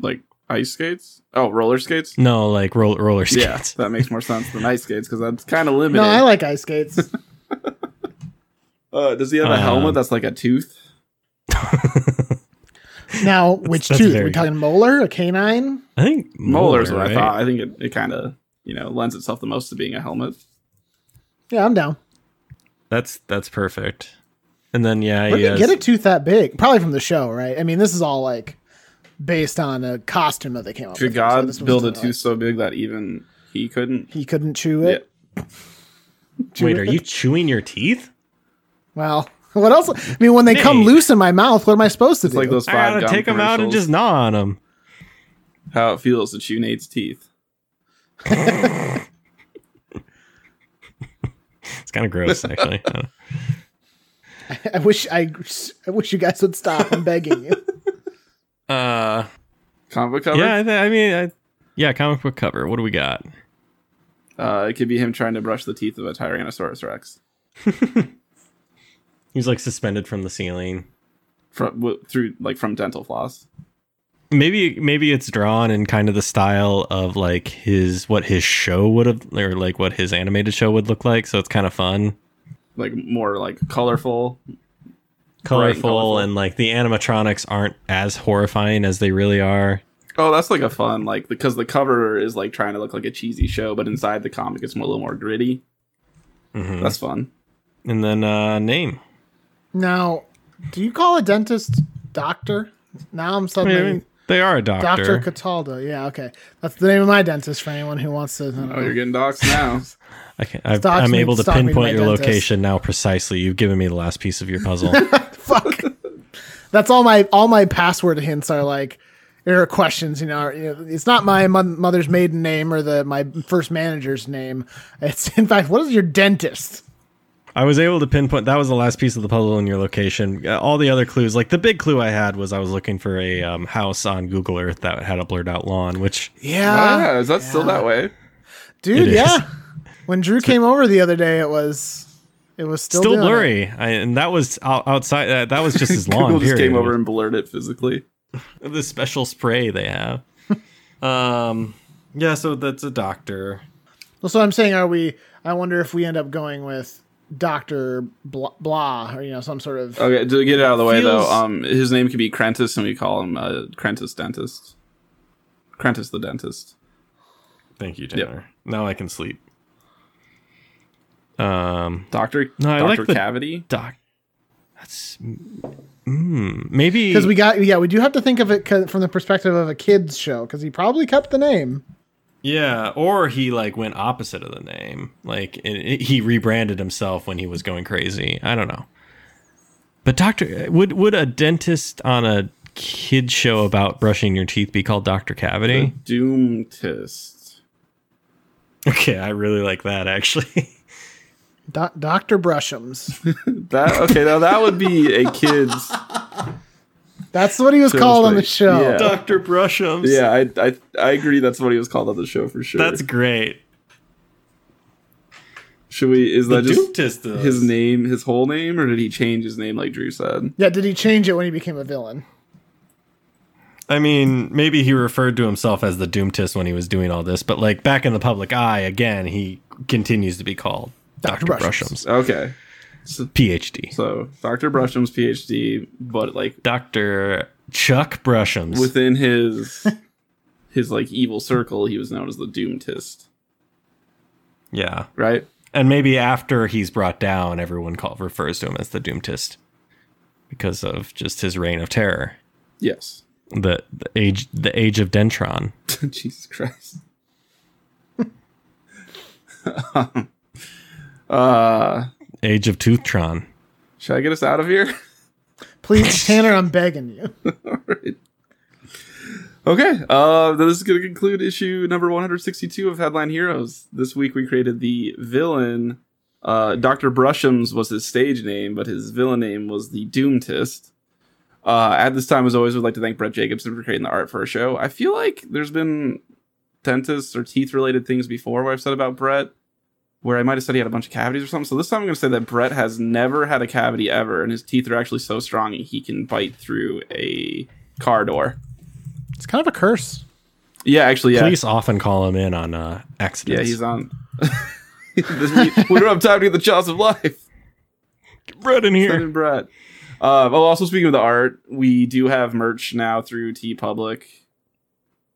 [SPEAKER 4] Like ice skates? Oh, roller skates?
[SPEAKER 2] No, like roll, roller
[SPEAKER 4] Yeah,
[SPEAKER 2] skates.
[SPEAKER 4] that makes more sense than ice skates because that's kind of limited.
[SPEAKER 3] no, I like ice skates.
[SPEAKER 4] uh, does he have a
[SPEAKER 2] Um,
[SPEAKER 4] helmet that's like a tooth?
[SPEAKER 3] Now, which
[SPEAKER 2] that's
[SPEAKER 3] tooth?
[SPEAKER 2] very
[SPEAKER 3] Are we talking molar, a canine?
[SPEAKER 2] I think
[SPEAKER 4] Molars,
[SPEAKER 2] molar,
[SPEAKER 4] what I
[SPEAKER 2] right?
[SPEAKER 4] thought. I think it, it kind of you know lends itself the most to being a helmet.
[SPEAKER 3] Yeah, I'm down.
[SPEAKER 2] That's that's perfect. And then yeah,
[SPEAKER 3] Where
[SPEAKER 2] he
[SPEAKER 3] did
[SPEAKER 2] has,
[SPEAKER 3] he get a tooth that big? Probably from the show, right? I mean, this is all like based on a costume that they came up
[SPEAKER 4] Could
[SPEAKER 3] with. So
[SPEAKER 4] God
[SPEAKER 3] this was
[SPEAKER 4] build a
[SPEAKER 3] not, like,
[SPEAKER 4] tooth so big that even he couldn't?
[SPEAKER 3] he couldn't chew it. Chew
[SPEAKER 2] Wait,
[SPEAKER 3] it.
[SPEAKER 2] are you chewing your teeth?
[SPEAKER 3] Well, what else? I mean, when they come
[SPEAKER 2] Nate.
[SPEAKER 3] loose in my mouth, what am I supposed to
[SPEAKER 4] It's
[SPEAKER 3] do?
[SPEAKER 4] like those
[SPEAKER 2] I
[SPEAKER 4] five
[SPEAKER 2] gotta
[SPEAKER 4] gum
[SPEAKER 2] take them out and
[SPEAKER 4] commercials.
[SPEAKER 2] just gnaw on them.
[SPEAKER 4] how it feels to chew Nate's teeth.
[SPEAKER 2] It's kind of gross, actually. Uh, I don't-
[SPEAKER 3] I wish I, I wish you guys would stop. I'm begging you.
[SPEAKER 2] uh,
[SPEAKER 4] Comic book cover.
[SPEAKER 2] yeah, I, th- I mean, I, yeah, comic book cover. What do we got?
[SPEAKER 4] Uh, it could be him trying to brush the teeth of a Tyrannosaurus Rex
[SPEAKER 2] He's like suspended from the ceiling.
[SPEAKER 4] from w- through like from dental floss.
[SPEAKER 2] Maybe maybe it's drawn in kind of the style of like his what his show would have or like what his animated show would look like. So it's kind of fun,
[SPEAKER 4] Like more like colorful.
[SPEAKER 2] colorful,
[SPEAKER 4] colorful.
[SPEAKER 2] and like the animatronics aren't as horrifying as they really are.
[SPEAKER 4] Oh, that's like a fun like because the cover is like trying to look like a cheesy show, but inside the comic it's more, a little more gritty.
[SPEAKER 2] Mhm.
[SPEAKER 4] That's fun.
[SPEAKER 2] And then uh name.
[SPEAKER 3] Now, do you call a dentist doctor? Now I'm
[SPEAKER 2] I
[SPEAKER 3] suddenly
[SPEAKER 2] mean, they are a doctor.
[SPEAKER 3] Doctor Cataldo. Yeah, okay, that's the name of my dentist. For anyone who wants to, I don't
[SPEAKER 4] Oh,
[SPEAKER 3] know.
[SPEAKER 4] you're getting docs now.
[SPEAKER 2] I can, I've,
[SPEAKER 3] Stocks
[SPEAKER 2] I'm
[SPEAKER 3] me-
[SPEAKER 2] able to
[SPEAKER 3] stock me to my
[SPEAKER 2] pinpoint your
[SPEAKER 3] dentist.
[SPEAKER 2] location now precisely. You've given me the last piece of your puzzle.
[SPEAKER 3] fuck. That's all my all my password hints are like or questions. You know, are, you know, it's not my mo- mother's maiden name or the my first manager's name. It's in fact, what is your dentist?
[SPEAKER 2] I was able to pinpoint that was the last piece of the puzzle in your location. Uh, All the other clues, like the big clue I had was I was looking for a um, house on Google Earth that had a blurred out lawn, which
[SPEAKER 4] Oh,
[SPEAKER 3] Yeah,
[SPEAKER 4] yeah, is that still that way?
[SPEAKER 3] dude.
[SPEAKER 2] It is.
[SPEAKER 3] Yeah. When Drew came over the other day, it was it was still,
[SPEAKER 2] still
[SPEAKER 3] doing it.
[SPEAKER 2] blurry. I, and that was out, outside. Uh, that was just his lawn.
[SPEAKER 4] Google just
[SPEAKER 2] period.
[SPEAKER 4] came over and blurred it physically.
[SPEAKER 2] the special spray they have. um, yeah, so that's a doctor.
[SPEAKER 3] Well, so I'm saying, are we? I wonder if we end up going with Doctor blah, blah, or you know, some sort of.
[SPEAKER 4] Okay, to get it out of the way though,
[SPEAKER 3] Feels-
[SPEAKER 4] um, his name could be Crentis, and we call him uh, Crentis Dentist. Crentis the dentist.
[SPEAKER 2] Thank you,
[SPEAKER 4] Yep.
[SPEAKER 2] Tanner. Now I can sleep. Um,
[SPEAKER 4] Doctor.
[SPEAKER 2] No, I
[SPEAKER 4] Doctor
[SPEAKER 2] like the-
[SPEAKER 4] Cavity.
[SPEAKER 2] Doc. That's mm, maybe
[SPEAKER 3] Because we got, yeah, we do have to think of it 'cause- from the perspective of a kids show, because he probably kept the name.
[SPEAKER 2] yeah, or he like went opposite of the name, like it, it- he rebranded himself when he was going crazy. I don't know. But doctor, would would a dentist on a kid show about brushing your teeth be called Doctor Cavity?
[SPEAKER 4] Doomtist.
[SPEAKER 2] Okay, I really like that actually.
[SPEAKER 3] Do- Dr. Brusham's.
[SPEAKER 4] That okay? Now that would be a kid's.
[SPEAKER 3] That's what he was called on the
[SPEAKER 4] like,
[SPEAKER 3] show.
[SPEAKER 4] yeah.
[SPEAKER 2] Doctor Brushems.
[SPEAKER 4] Yeah, I, I I agree. That's what he was called on the show for sure.
[SPEAKER 2] that's great.
[SPEAKER 4] should we? Is
[SPEAKER 2] The
[SPEAKER 4] that just
[SPEAKER 2] Doomtist does.
[SPEAKER 4] his name, his whole name, or did he change his name like Drew said?
[SPEAKER 3] Yeah, did he change it when he became a villain?
[SPEAKER 2] I mean, maybe he referred to himself as the Doomtist when he was doing all this, but like back in the public eye, again, he continues to be called Dr.
[SPEAKER 3] Dr.
[SPEAKER 2] Brusham's,
[SPEAKER 3] Brusham's.
[SPEAKER 4] Okay,
[SPEAKER 2] PhD.
[SPEAKER 4] so Doctor Brusham's PhD, but like
[SPEAKER 2] Dr. Chuck Brusham's.
[SPEAKER 4] within his his like evil circle, he was known as the Doomtist,
[SPEAKER 2] yeah.
[SPEAKER 4] right?
[SPEAKER 2] And maybe after he's brought down, everyone call, refers to him as the Doomtist because of just his reign of terror.
[SPEAKER 4] Yes.
[SPEAKER 2] The, the age the age of Dentron.
[SPEAKER 4] Jesus Christ. uh,
[SPEAKER 2] Age of Tooftron.
[SPEAKER 4] should I get us out of here?
[SPEAKER 3] Please, Tanner, I'm begging you.
[SPEAKER 4] Alright. Okay, uh, this is going to conclude issue number 162 of Headline Heroes. This week we created the villain. Uh, Dr. Brusham's was his stage name, but his villain name was the Doomtist. Uh, at this time, as always, we'd like to thank Brett Jacobson for creating the art for our show. I feel like there's been dentists or teeth related things before where I've said about Brett, where I might have said he had a bunch of cavities or something. So this time I'm going to say that Brett has never had a cavity ever, and his teeth are actually so strong he can bite through a car door.
[SPEAKER 3] It's kind of a curse.
[SPEAKER 4] Yeah, actually, yeah.
[SPEAKER 2] Police often call him in on uh,
[SPEAKER 4] Yeah,
[SPEAKER 2] accidents.
[SPEAKER 4] he's on. we we don't have time to get the jaws of life.
[SPEAKER 2] right in
[SPEAKER 4] Send
[SPEAKER 2] here.
[SPEAKER 4] in Brett. Uh, oh, also speaking of the art, we do have merch now through T Public.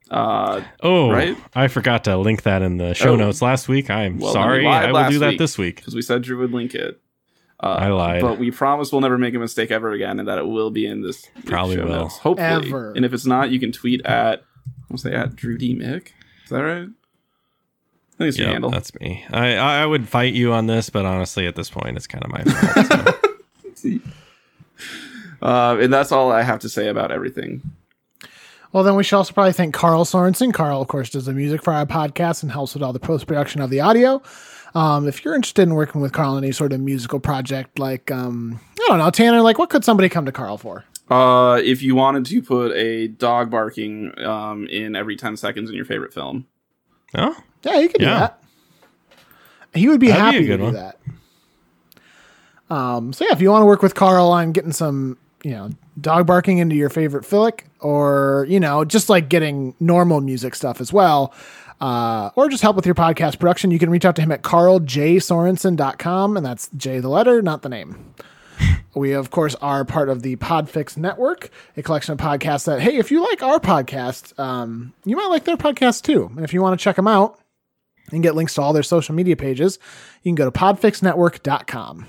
[SPEAKER 4] Uh,
[SPEAKER 2] Oh,
[SPEAKER 4] Right?
[SPEAKER 2] I forgot to link that in the show
[SPEAKER 4] Oh.
[SPEAKER 2] notes last week. I'm
[SPEAKER 4] Well, then we
[SPEAKER 2] sorry.
[SPEAKER 4] lied
[SPEAKER 2] I will
[SPEAKER 4] last
[SPEAKER 2] do that
[SPEAKER 4] week.
[SPEAKER 2] this week.
[SPEAKER 4] because we said Drew would link it. Uh,
[SPEAKER 2] I lied.
[SPEAKER 4] But we promise we'll never make a mistake ever again, and that it will be in this week's
[SPEAKER 2] Probably
[SPEAKER 4] show
[SPEAKER 2] will.
[SPEAKER 4] notes, hopefully.
[SPEAKER 3] Ever.
[SPEAKER 4] And if it's not, you can tweet at what's say at Drew D Mick. Is that right? I think it's your
[SPEAKER 2] Yeah,
[SPEAKER 4] handle.
[SPEAKER 2] that's me. I, I I would fight you on this, but honestly, at this point, it's kind of my fault. so.
[SPEAKER 4] Uh, and that's all I have to say about everything.
[SPEAKER 3] Well, then we should also probably thank Carl Sorensen. Carl, of course, does the music for our podcast and helps with all the post production of the audio. Um, if you're interested in working with Carl on any sort of musical project, like um, I don't know, Tanner, like what could somebody come to Carl for?
[SPEAKER 4] Uh, if you wanted to put a dog barking um, in every 10 seconds in your favorite film,
[SPEAKER 2] oh,
[SPEAKER 3] Yeah, you could
[SPEAKER 2] Yeah.
[SPEAKER 3] do that. He would be
[SPEAKER 2] That'd be
[SPEAKER 3] happy
[SPEAKER 2] a good
[SPEAKER 3] to do
[SPEAKER 2] one.
[SPEAKER 3] that. Um, so yeah, if you want to work with Carl on getting some, you know, dog barking into your favorite filic, or you know, just like getting normal music stuff as well, uh, or just help with your podcast production, you can reach out to him at carljsorensen.com, and that's J the letter, not the name. We, of course, are part of the Podfix Network, a collection of podcasts that, hey, if you like our podcast, um, you might like their podcast too. And if you want to check them out and get links to all their social media pages, you can go to podfixnetwork.com.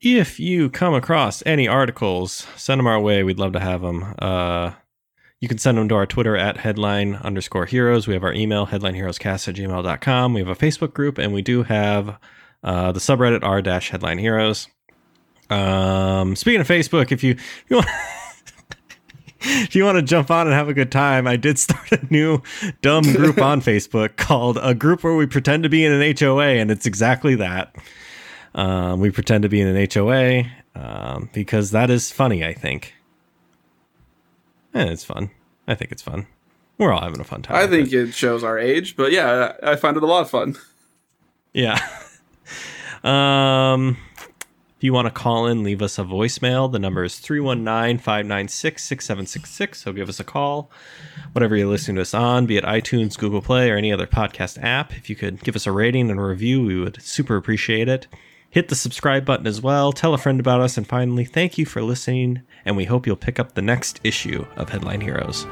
[SPEAKER 2] if you come across any articles, send them our way. We'd love to have them. Uh, you can send them to our Twitter at headline underscore heroes. We have our email, headlineheroescast at gmail.com. We have a Facebook group, and we do have uh, the subreddit r dash headline heroes. Um, speaking of Facebook, if you, if you want. If you want to jump on and have a good time, I did start a new dumb group on Facebook called a group where we pretend to be in an HOA, and it's exactly that. Um, we pretend to be in an HOA um, because that is funny, I think. And it's fun. I think it's fun. We're all having a fun time.
[SPEAKER 4] I
[SPEAKER 2] with
[SPEAKER 4] think
[SPEAKER 2] it.
[SPEAKER 4] it shows our age, but yeah, I I find it a lot of fun.
[SPEAKER 2] Yeah. um, if you want to call in, leave us a voicemail. The number is 319 596 6766. So give us a call. Whatever you're listening to us on, be it iTunes, Google Play, or any other podcast app, if you could give us a rating and a review, we would super appreciate it. Hit the subscribe button as well. Tell a friend about us. And finally, thank you for listening. And we hope you'll pick up the next issue of Headline Heroes.